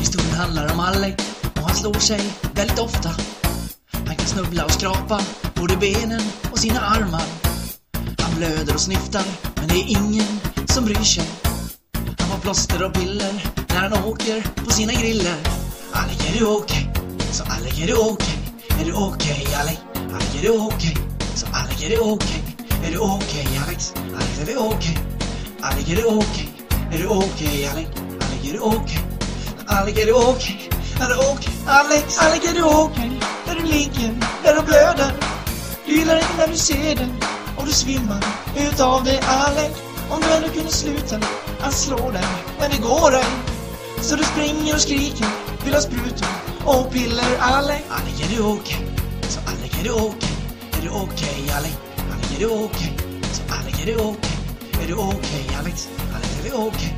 Speaker 6: Historien handlar om Alex och han slår sig väldigt ofta. Han kan snubbla och skrapa både benen och sina armar. Han blöder och snyftar, men det är ingen som bryr sig. Han får plåster och piller när han åker på sina griller. Alec, är du okej? Så Alec, är du okej? Är du okej, Alec? Alec, är du okej? Så Alec, är du okej? Är du okej, Alex? Alex, är du okej? Alec, är du okej? Är du okej, Alec? Alec, är du okej? Alec, är du okej? Är du okej? Alex, Alec, är du okej? Är du ligger? Är du blöder? Du gillar inte när du ser den och du svimmar utav det Alec Om du ändå kunde sluta att slå dig, men det går ej Så du springer och skriker, vill ha sprutor och piller Alec Alec, är du okej? Så Alec, är du okej? Är du okej Alec? Alec, är du okej? Så Alec, är du okej? Är du okej Alex? Alec, är du okej?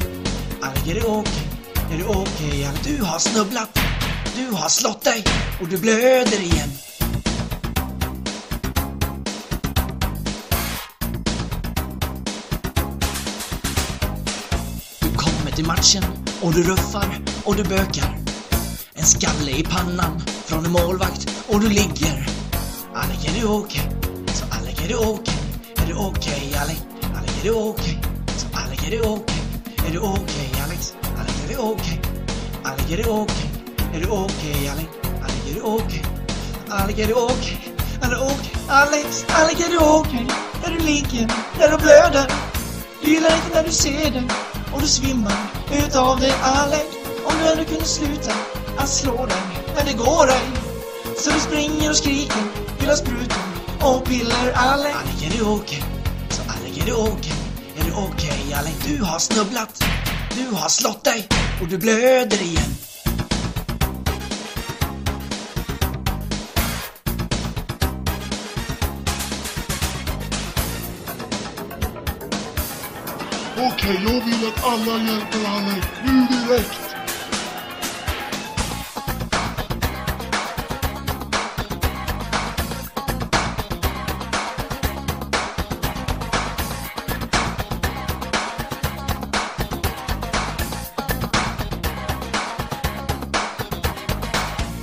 Speaker 6: Alec, är du okej? Är du okej Alec? Du har snubblat, du har slått dig och du blöder igen Du kommer till matchen och du ruffar och du bökar. En skalle i pannan från en målvakt och du ligger. Alec, är du okej? Så Alec, är du okej? Är du okej, Alec? Alec, är du okej? Så Alec, är du okej? Är du okej, Alex? Alec, är du okej? Alec, är du okej? Är du okej, Alec? Alec, är du okej? Alec, är du okej? Är du okej? Alex, Alec, är du okej? Är du ligger? Är du blöder? Du gillar inte när du ser den och du svimmar utav det Alec Om du ändå kunde sluta att slå den, men det går ej Så du springer och skriker, vill ha sprutor och piller Alec Alec, är du okej? Så Alec, är du okej? Är du okej Alec? Du har snubblat, du har slått dig och du blöder igen
Speaker 7: Okej, jag vill att alla hjälper Alec nu direkt.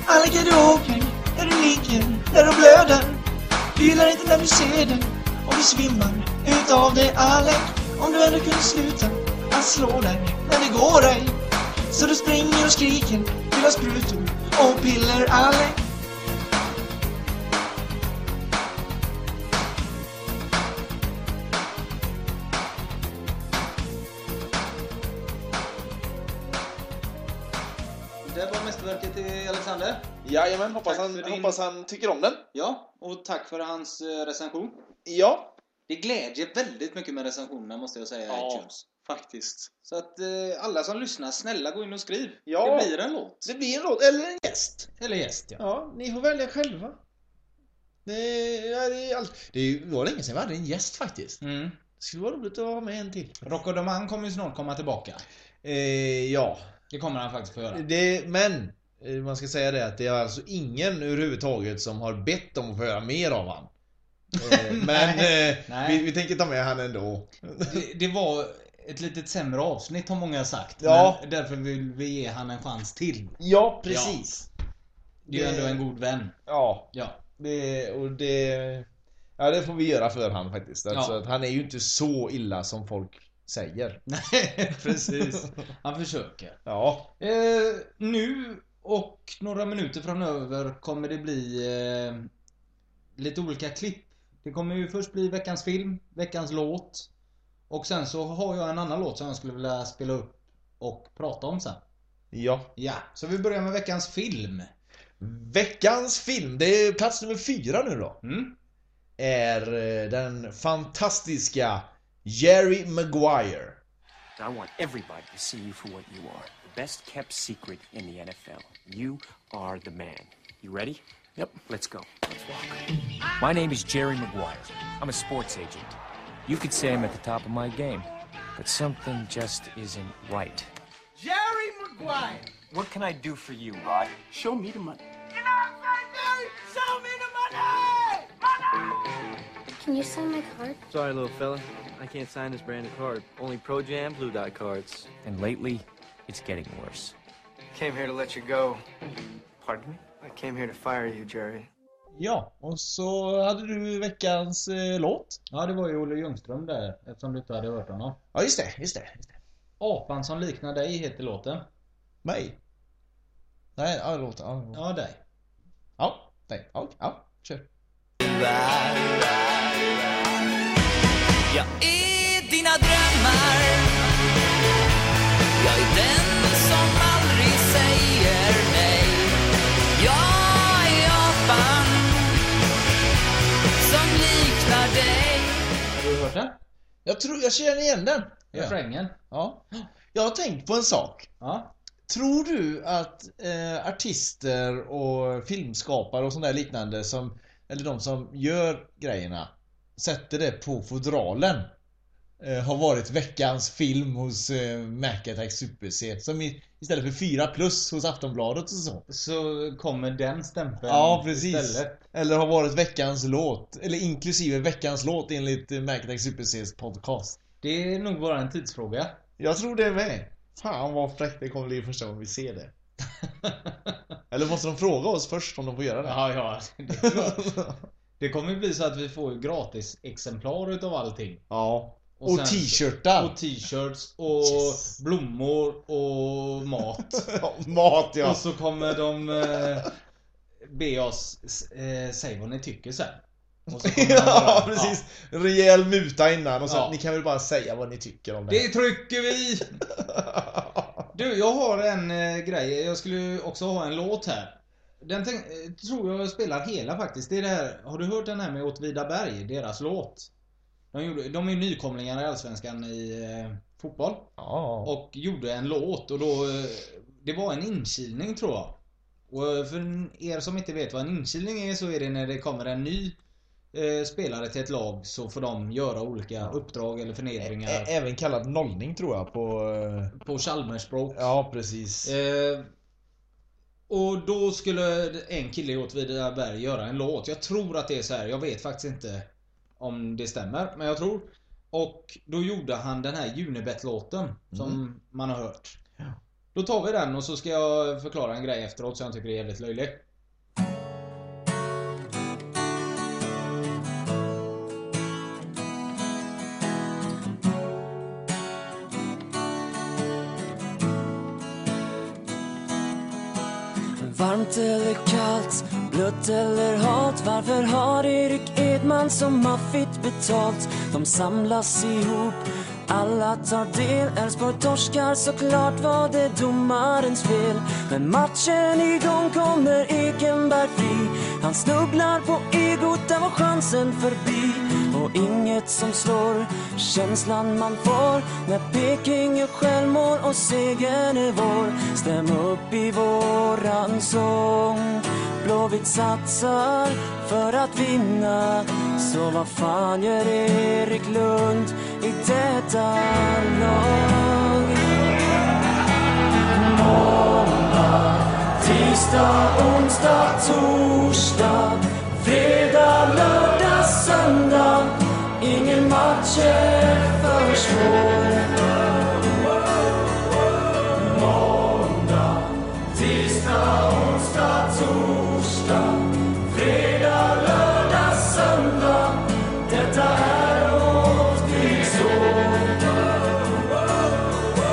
Speaker 6: Alec, är du okej? Är du ligger? Är du blöder? Du gillar inte när du ser den och du svimmar utav det Alec Om du ändå kunde sluta att slå dig, men det går ej Så du springer och skriker, vill ha sprutor och piller Alec
Speaker 2: Det var mästerverket till Alexander.
Speaker 1: Jajamän, hoppas
Speaker 2: Tack
Speaker 1: han,
Speaker 2: för din-
Speaker 1: hoppas han tycker om den.
Speaker 2: Ja, och tack för hans eh, recension.
Speaker 1: Ja.
Speaker 2: Det glädjer väldigt mycket med recensionerna måste jag säga i
Speaker 1: Ja.
Speaker 2: iTunes. Faktiskt. Så att eh, alla som lyssnar, snälla gå in och skriv.
Speaker 1: Ja.
Speaker 2: Det blir en låt.
Speaker 1: Det blir en låt, eller en gäst.
Speaker 2: Eller gäst ja.
Speaker 1: Ja, ni får välja själva. Det, ja, det, är allt. det är ju- det var länge sedan vi hade en gäst faktiskt.
Speaker 2: Mm.
Speaker 1: Det skulle vara roligt att vara med en till.
Speaker 2: Rocco Doman kommer ju snart komma tillbaka.
Speaker 1: Eh, ja.
Speaker 2: Det kommer han faktiskt få göra.
Speaker 1: Det, men, eh, man ska säga det att det är alltså ingen överhuvudtaget som har bett om att få höra mer av han. Eh, men eh,
Speaker 2: nej.
Speaker 1: vi, vi tänker ta med han ändå.
Speaker 2: Det, det var ett litet sämre avsnitt har många sagt.
Speaker 1: Ja.
Speaker 2: Men därför vill vi ge han en chans till.
Speaker 1: Ja,
Speaker 2: precis. Det är ju
Speaker 1: Det-
Speaker 2: ändå en god vän.
Speaker 1: Ja,
Speaker 2: Ja.
Speaker 1: det, och det... Ja, det får vi göra för han faktiskt. Alltså,
Speaker 2: Ja.
Speaker 1: att han är ju inte så illa som folk säger.
Speaker 2: Nej, precis. Han försöker.
Speaker 1: Ja.
Speaker 2: Eh, nu och några minuter framöver kommer det bli eh, lite olika klipp. Det kommer ju först bli veckans film, veckans låt. Och sen så har jag en annan låt som jag skulle vilja spela upp och prata om sen.
Speaker 1: Ja.
Speaker 2: Ja, så vi börjar med veckans film.
Speaker 1: Veckans film, det är plats nummer fyra nu då.
Speaker 2: Mm.
Speaker 1: Är eh, den fantastiska Jerry Maguire.
Speaker 8: I want everybody to see you for what you are. The best kept secret in the NFL. You are the man. You ready? Yep. Let's go. Let's walk. My name is Jerry Maguire. I'm a sports agent. You could say I'm at the top of my game, but something just isn't right.
Speaker 9: Jerry Maguire.
Speaker 8: What can I do for you, Rod?
Speaker 9: Show me the money. You know what I'm saying, Jerry? Show me the money! Money!
Speaker 10: Can you sign my card?
Speaker 11: Sorry, little fella. I can't sign this brand of card. Only Pro Jam Blue Dot cards.
Speaker 8: And lately, it's getting worse.
Speaker 11: Came here to let you go.
Speaker 8: Pardon me?
Speaker 11: I came here to fire you, Jerry.
Speaker 1: Ja, och så hade du veckans eh, låt.
Speaker 2: Ja, det var ju Olle Ljungström där, eftersom du inte hade hört honom.
Speaker 1: Ja, just det, just det. Just det.
Speaker 2: Apan som liknar dig heter låten.
Speaker 1: Mig? Nej, ja, låt. Ja, ja.
Speaker 2: Ja, dig.
Speaker 1: ja, nej, ja, ja, kör.
Speaker 3: Jag är dina drömmar Jag är den som aldrig säger nej Jag är apan som liknar dig
Speaker 2: Har du hört den?
Speaker 1: Jag tror, jag känner igen den.
Speaker 2: Det är refrängen.
Speaker 1: Ja. Jag har tänkt på en sak.
Speaker 2: Ja.
Speaker 1: Tror du att eh, artister och filmskapare och sånt där liknande som, eller de som gör grejerna, sätter det på fodralen? Eh, har varit veckans film hos eh, Mac Attack Super C. Som i, istället för 4 plus hos Aftonbladet och så.
Speaker 2: Så kommer den stämpeln
Speaker 1: Ja, precis.
Speaker 2: istället.
Speaker 1: Eller har varit veckans låt. Eller inklusive veckans låt enligt eh, Mac Attack Super Cs podcast.
Speaker 2: Det är nog bara en tidsfråga.
Speaker 1: Jag tror det med. Fan vad fräckt det kommer bli första gången vi ser det. Eller måste de fråga oss först om de får göra det?
Speaker 2: ja, ja. Det, tror jag. det kommer bli så att vi får ju gratis exemplar utav allting.
Speaker 1: ja.
Speaker 2: Och
Speaker 1: Och,
Speaker 2: sen-
Speaker 1: t-shirtar.
Speaker 2: Och t-shirts och
Speaker 1: Yes.
Speaker 2: blommor och mat.
Speaker 1: Ja, mat ja.
Speaker 2: Och så kommer de eh, be oss s- eh, säg vad ni tycker sen. Och så kommer de
Speaker 1: ja,
Speaker 2: bara,
Speaker 1: precis. Rejäl muta innan och sen
Speaker 2: Ja.
Speaker 1: ni kan väl bara säga vad ni tycker om det.
Speaker 2: Det trycker vi! Du, jag har en eh, grej. Jag skulle ju också ha en låt här. Den tänk, eh, tror jag jag spelar hela faktiskt. Det är det här, har du hört den här med Åtvidaberg? Deras låt. De, gjorde, de är ju nykomlingar i Allsvenskan i eh, fotboll.
Speaker 1: Ja.
Speaker 2: Och gjorde en låt och då... eh, Det var en inkilning tror jag. Och eh, för er som inte vet vad en inkilning är så är det när det kommer en ny eh, spelare till ett lag så får de göra olika uppdrag eller förnedringar
Speaker 1: Ä- Även kallad nollning tror jag på... eh,
Speaker 2: på Chalmers-språk.
Speaker 1: Ja precis.
Speaker 2: Eh, och då skulle en kille i Åtvidaberg göra en låt. Jag tror att det är så här. Jag vet faktiskt inte om det stämmer, men jag tror. Och då gjorde han den här Junibet-låten som man har hört. Då tar vi den och så ska jag förklara en grej efteråt som jag tycker är jävligt löjlig.
Speaker 10: Varmt eller kallt, blött eller halt Varför har Erik Edman så maffigt betalt? De samlas ihop, alla tar del Elfsborg torskar såklart var det domarens fel Men matchen igång kommer Ekenberg fri Han snubblar på egot, där var chansen förbi Och inget som slår känslan man får När Peking gör självmål och segern är vår Stäm upp i våran sång Blåvitt satsar för att vinna Så vad fan gör Erik Lund? i detta lag. Måndag, tisdag, onsdag, torsdag, fredag, lördag, söndag. Ingen match är för svår. Måndag, tisdag, onsdag, torsdag, fredag, lördag, söndag. Detta är vårt krigsår.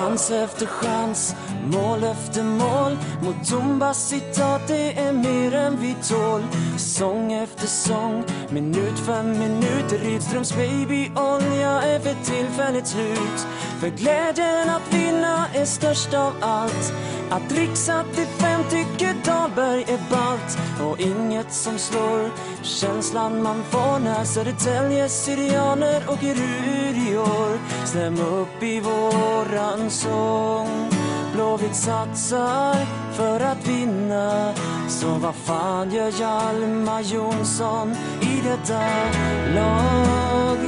Speaker 10: Chans efter chans, mål efter mål. Mot tomma citat, det är mer än vi tål. Sång efter sång, minut för minut. Rydströms babyolja är för tillfället slut. För glädjen att vinna är störst av allt. Att dricksa till fem tycker Dahlberg är ballt. Och inget som slår känslan man får när Södertälje syrianer åker ur i år. Stäm upp i våran sång. Blåvitt satsar för att vinna. Så vad fan gör Hjalmar Jonsson i detta lag?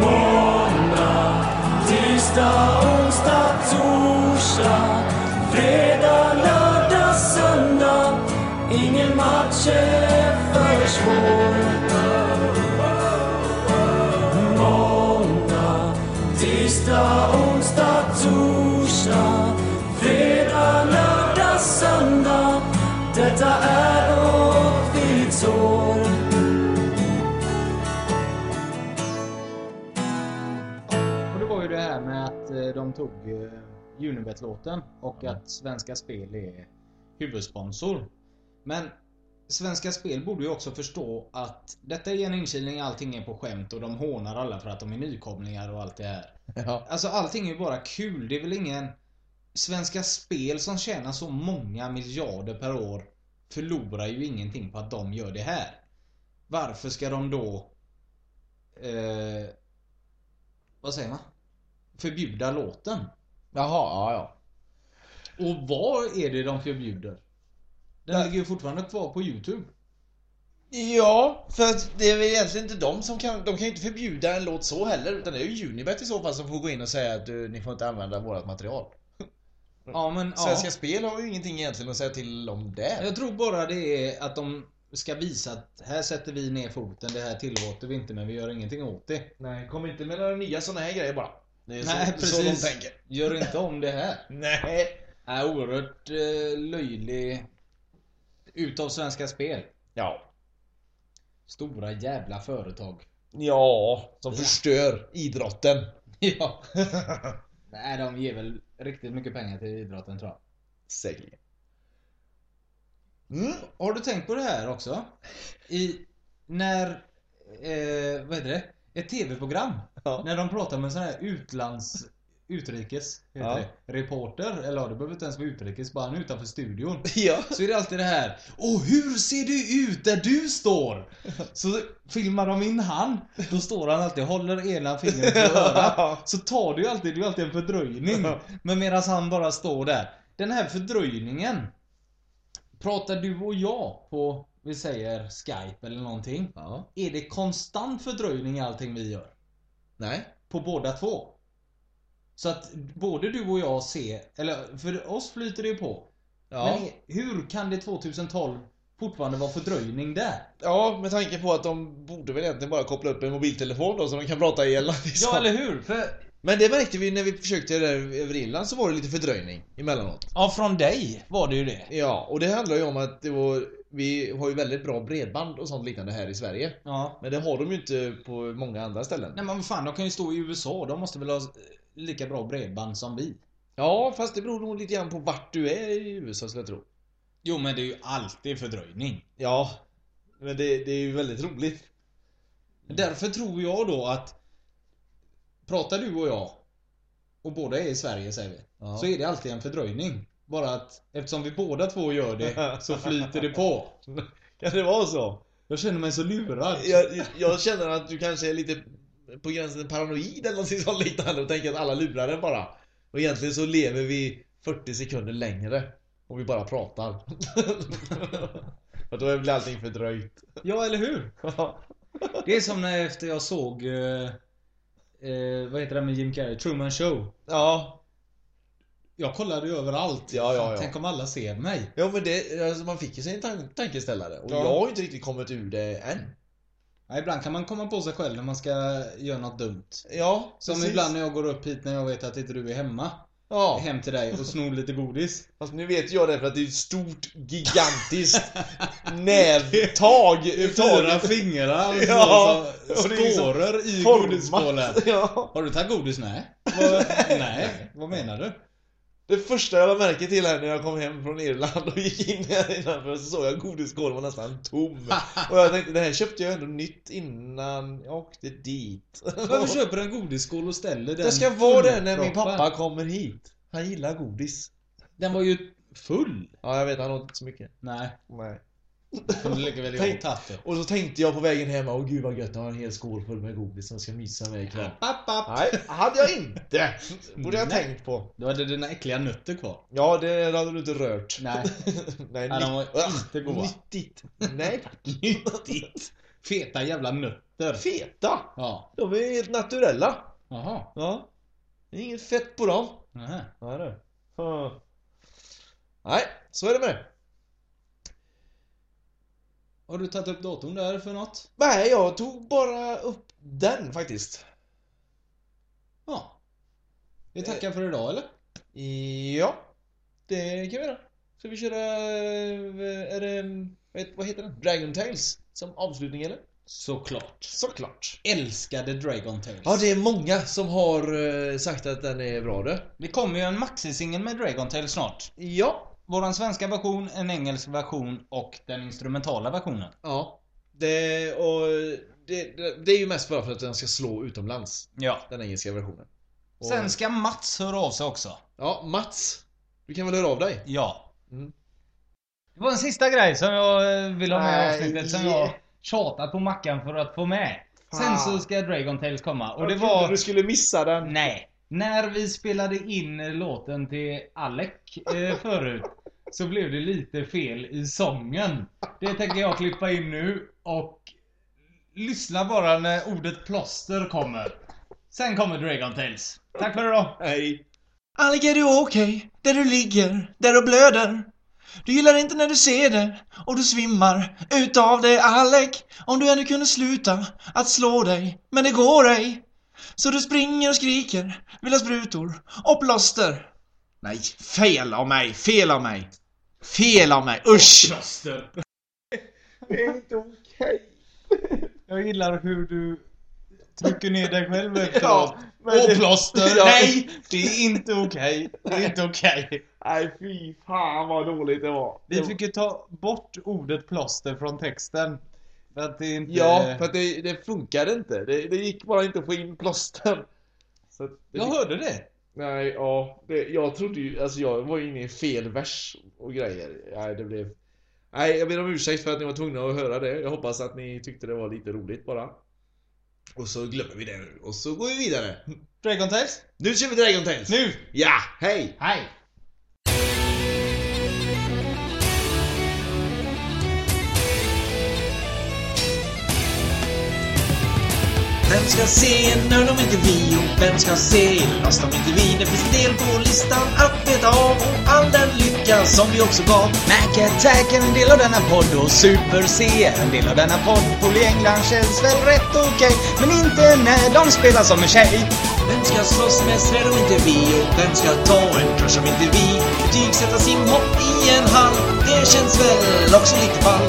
Speaker 10: Måndag, tisdag, onsdag, torsdag, fredag, lördag, söndag. Ingen match är för svår. Måndag, tisdag, onsdag, torsdag, fredag, lördag, söndag. Detta är Åtvids år.
Speaker 2: Och det var ju det här med att eh, de tog eh, Unibet-låten och att Svenska Spel är huvudsponsor. Men Svenska Spel borde ju också förstå att detta är en inkilning, allting är på skämt och de hånar alla för att de är nykomlingar och allt det här. Alltså allting är ju bara kul. Det är väl ingen Svenska Spel som tjänar så många miljarder per år förlorar ju ingenting på att de gör det här. Varför ska de då... Eh, vad säger man? Förbjuda låten.
Speaker 1: Jaha, ja, ja.
Speaker 2: Och vad är det de förbjuder? Den ligger ju fortfarande kvar på YouTube.
Speaker 1: Ja, för att det är väl egentligen inte de som kan... De kan ju inte förbjuda en låt så heller. Utan det är ju Unibet i så fall som får gå in och säga att du, ni får inte använda vårt material.
Speaker 2: Ja, men ja.
Speaker 1: Svenska Spel har ju ingenting egentligen att säga till om det.
Speaker 2: Jag tror bara det är att de ska visa att här sätter vi ner foten, det här tillåter vi inte men vi gör ingenting åt det.
Speaker 1: Nej, kom inte med några nya sådana här grejer bara. Det är
Speaker 2: Nej,
Speaker 1: så,
Speaker 2: precis.
Speaker 1: så de tänker.
Speaker 2: Gör inte om det här.
Speaker 1: Nej.
Speaker 2: Är oerhört eh, löjlig utav Svenska Spel.
Speaker 1: Ja.
Speaker 2: Stora jävla företag.
Speaker 1: Ja, som förstör idrotten.
Speaker 2: Ja. Nej, de ger väl riktigt mycket pengar till idrotten tror jag.
Speaker 1: Säkerligen.
Speaker 2: Mm. Har du tänkt på det här också? I, när, eh, vad heter det? Ett tv-program.
Speaker 1: Ja.
Speaker 2: När de pratar med en sån här utlands... Utrikes, heter
Speaker 1: Ja.
Speaker 2: det. Reporter, eller ja, det behöver inte ens vara utrikes, bara han är utanför studion.
Speaker 1: Ja.
Speaker 2: Så är det alltid det här. Och hur ser du ut där du står? Så filmar de in han, då står han alltid och håller ena fingret på örat. Så tar du ju alltid, det är ju alltid en fördröjning. Men medan han bara står där. Den här fördröjningen. Pratar du och jag på, vi säger Skype eller någonting.
Speaker 1: Ja.
Speaker 2: Är det konstant fördröjning i allting vi gör?
Speaker 1: Nej.
Speaker 2: På båda två? Så att både du och jag ser, eller för oss flyter det ju på.
Speaker 1: Ja.
Speaker 2: Men hur kan det 2012 fortfarande vara fördröjning där?
Speaker 1: ja, med tanke på att de borde väl egentligen bara koppla upp en mobiltelefon då så de kan prata i hela liksom.
Speaker 2: Ja, eller hur? För,
Speaker 1: Men det märkte vi när vi försökte det där över Irland så var det lite fördröjning emellanåt.
Speaker 2: ja, från dig var det ju det.
Speaker 1: Ja, och det handlar ju om att det var, vi har ju väldigt bra bredband och sånt liknande här i Sverige.
Speaker 2: Ja.
Speaker 1: Men det har de ju inte på många andra ställen.
Speaker 2: Nej men vad fan, de kan ju stå i USA. De måste väl ha eh, lika bra bredband som vi.
Speaker 1: Ja, fast det beror nog lite grann på vart du är i USA skulle jag tro.
Speaker 2: Jo, men det är ju alltid fördröjning.
Speaker 1: Ja, men det, det är ju väldigt roligt.
Speaker 2: Därför tror jag då att Pratar du och jag Och båda är i Sverige säger vi
Speaker 1: Ja.
Speaker 2: Så är det alltid en fördröjning Bara att eftersom vi båda två gör det Så flyter det på
Speaker 1: Kan det vara så?
Speaker 2: Jag känner mig så lurad
Speaker 1: Jag, jag känner att du kanske är lite på gränsen till paranoid eller någonting sånt liknande och tänker att alla lurar en bara. Och egentligen så lever vi 40 sekunder längre. Och vi bara pratar. och då blir allting fördröjt.
Speaker 2: Ja eller hur? Det är som när jag efter jag såg... Eh, eh, vad heter det med Jim Carrey? Truman Show.
Speaker 1: Ja.
Speaker 2: Jag kollade ju överallt.
Speaker 1: Ja, ja,
Speaker 2: Fan,
Speaker 1: ja.
Speaker 2: Tänk om alla ser mig.
Speaker 1: Ja men det, alltså, man fick ju sig en tan- tankeställare. Och
Speaker 2: Ja.
Speaker 1: jag har ju inte riktigt kommit ur det än.
Speaker 2: Ja, ibland kan man komma på sig själv när man ska göra något dumt.
Speaker 1: Ja,
Speaker 2: Som
Speaker 1: precis.
Speaker 2: ibland när jag går upp hit när jag vet att inte du är hemma.
Speaker 1: Ja.
Speaker 2: Hem till dig och snor lite godis.
Speaker 1: Fast nu vet jag det för att det är ett stort, gigantiskt nävtag ur
Speaker 2: Fyra
Speaker 1: taget.
Speaker 2: fingrar och
Speaker 1: Ja,
Speaker 2: så,
Speaker 1: och
Speaker 2: så
Speaker 1: det är liksom
Speaker 2: skåror i
Speaker 1: format.
Speaker 2: godispålen.
Speaker 1: Ja.
Speaker 2: Har du tagit godis? Nej. Vad, nej, vad menar du?
Speaker 1: Det första jag lade märke till här när jag kom hem från Irland och gick in här innanför så såg jag att godisskålen var nästan tom. Och jag tänkte det här köpte jag ändå nytt innan jag åkte dit.
Speaker 2: Varför köper du en godisskål och ställer den
Speaker 1: Det ska vara det när min
Speaker 2: fullproppad?
Speaker 1: pappa kommer hit. Han gillar godis.
Speaker 2: Den var ju full.
Speaker 1: Ja, jag vet han åt inte så mycket.
Speaker 2: Nej,
Speaker 1: Nej.
Speaker 2: kunde lika väl jag
Speaker 1: Tänk-
Speaker 2: tagit det.
Speaker 1: Och så tänkte jag på vägen hem, åh gud vad gött, jag har en hel skål full med godis som jag ska mysa med ikväll.
Speaker 2: App, app.
Speaker 1: Nej, hade jag inte. Borde jag
Speaker 2: Nej.
Speaker 1: tänkt på.
Speaker 2: Du hade dina äckliga nötter kvar.
Speaker 1: Ja, det hade du inte rört.
Speaker 2: Nej,
Speaker 1: Nej,
Speaker 2: nej de
Speaker 1: nytt-
Speaker 2: var inte goda.
Speaker 1: Nyttigt. Nej,
Speaker 2: Nyttigt. Feta jävla nötter.
Speaker 1: feta.
Speaker 2: Ja.
Speaker 1: De är helt naturella.
Speaker 2: Jaha.
Speaker 1: Ja. Det är inget fett på dem.
Speaker 2: Nähä.
Speaker 1: Nej, det. Fan. Nej, så är det med det.
Speaker 2: Har du tagit upp datorn där för något?
Speaker 1: Nej, jag tog bara upp den faktiskt.
Speaker 2: Ja. Vi tackar för idag eller?
Speaker 1: Ja, det kan vi göra. Ska vi köra... eh, Är det... vad- Vad heter den? Dragon Tales som avslutning eller?
Speaker 2: Såklart.
Speaker 1: Såklart.
Speaker 2: Älskade Dragon Tales.
Speaker 1: Ja, det är många som har eh, sagt att den är bra det.
Speaker 2: Det kommer ju en maxisingel med Dragon Tales snart.
Speaker 1: Ja.
Speaker 2: Våran svenska version, en engelsk version och den instrumentala versionen.
Speaker 1: Ja. Det, och det, det, det är ju mest bara för att den ska slå utomlands,
Speaker 2: Ja.
Speaker 1: den engelska versionen. Och,
Speaker 2: Sen ska Mats höra av sig också.
Speaker 1: Ja, Mats. Du kan väl höra av dig?
Speaker 2: Ja.
Speaker 1: Mm.
Speaker 2: Det var en sista grej som jag eh, vill ha med i
Speaker 1: Nej,
Speaker 2: avsnittet som
Speaker 1: yeah.
Speaker 2: jag tjatat på Mackan för att få med. Sen
Speaker 1: Fan.
Speaker 2: så ska Dragon Tales komma och det
Speaker 1: Jag trodde
Speaker 2: var...
Speaker 1: du skulle missa den.
Speaker 2: Nej. När vi spelade in låten till Alec eh, förut så blev det lite fel i sången. Det tänker jag klippa in nu och lyssna bara när ordet plåster kommer. Sen kommer Dragon Tales. Tack för idag!
Speaker 1: Nej.
Speaker 6: Alec är du okej, där du ligger, där du blöder. Du gillar inte när du ser det och du svimmar utav det Alec. Om du ännu kunde sluta att slå dig, men det går ej. Så du springer och skriker, vill ha sprutor och plåster. Nej, fel av mig, fel av mig. Fel av mig, usch!
Speaker 2: Plåster. Det är inte okej. Jag gillar hur du trycker ner dig själv efteråt.
Speaker 1: Ja, men
Speaker 2: Åh
Speaker 1: det-
Speaker 2: plåster!
Speaker 1: Ja.
Speaker 2: Nej! Det är inte okej. Det är inte okej.
Speaker 1: Nej, fy fan vad dåligt det var.
Speaker 2: Vi fick ju ta bort ordet plåster från texten. För att det inte...
Speaker 1: Ja, för att det, det funkade inte. Det, det gick bara inte att få in plåster. Så att det
Speaker 2: Jag
Speaker 1: fick-
Speaker 2: hörde det.
Speaker 1: Nej, ja. Det, jag trodde ju, alltså jag var ju inne i fel vers och grejer. Nej, det blev... Nej, jag ber om ursäkt för att ni var tvungna att höra det. Jag hoppas att ni tyckte det var lite roligt bara. Och så glömmer vi det nu. Och så går vi vidare.
Speaker 2: Dragon Tales?
Speaker 1: Nu kör vi Dragon Tales!
Speaker 2: Nu!
Speaker 1: Ja, hej!
Speaker 2: Hej!
Speaker 6: Vem ska se en nörd om inte vi? Och vem ska se en lost om inte vi? Det finns en del på listan att beta av och all den lycka som vi också gav.
Speaker 2: Mac Attack är en del av denna podd och Super-C är en del av denna podd. Polyengland känns väl rätt okej, men inte när de spelar som en tjej.
Speaker 6: Vem ska slåss med svärd om inte vi? Och vem ska ta en crush om inte vi? Betygsätta sin hopp i en hall. Det känns väl också lite fall.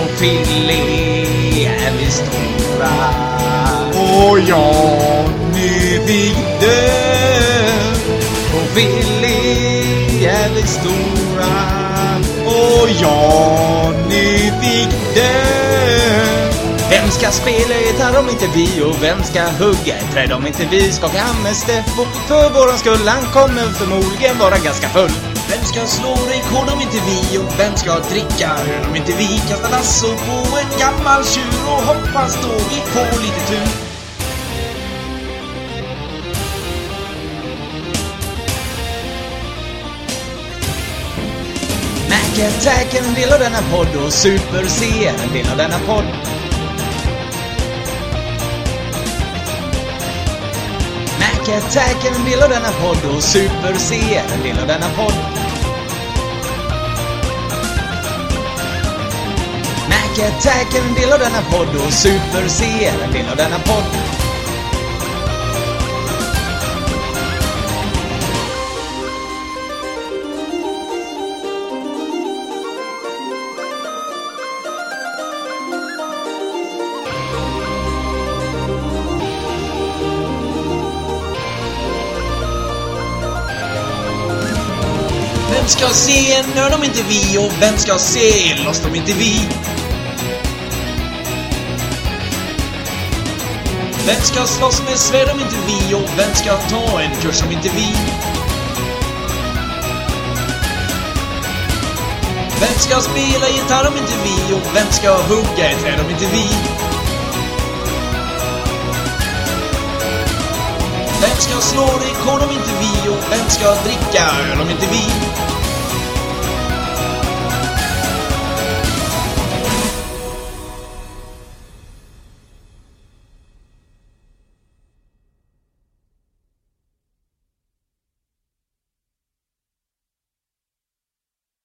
Speaker 2: Och Fille är vi stora. Och Johnny Vigdö. Och Fille är vi stora. Och Johnny Vigdö.
Speaker 6: Vem ska
Speaker 2: spela gitarr om inte vi och vem ska hugga ett träd om inte vi? Skaka hand med Steffo för våran skull. Han kommer förmodligen vara ganska full. Vem ska slå rekord om inte vi och vem ska dricka öl om inte vi? Kasta lasso på en gammal tjur och hoppas då vi får lite tur. Mac Attack är en del av denna podd och Super C är en del av denna podd. Mac Attack är en del av denna podd och Super C är en del av denna podd. Mac Attack är en del av denna podd och Super C är en del av denna podd. Vem ska se en nörd om inte vi och vem ska se Lost om inte vi? Vem ska slåss med svärd om inte vi och vem ska ta en kurs om inte vi? Vem ska spela gitarr om inte vi och vem ska hugga ett träd om inte vi? Vem ska slå rekord om inte vi och vem ska dricka öl om inte vi?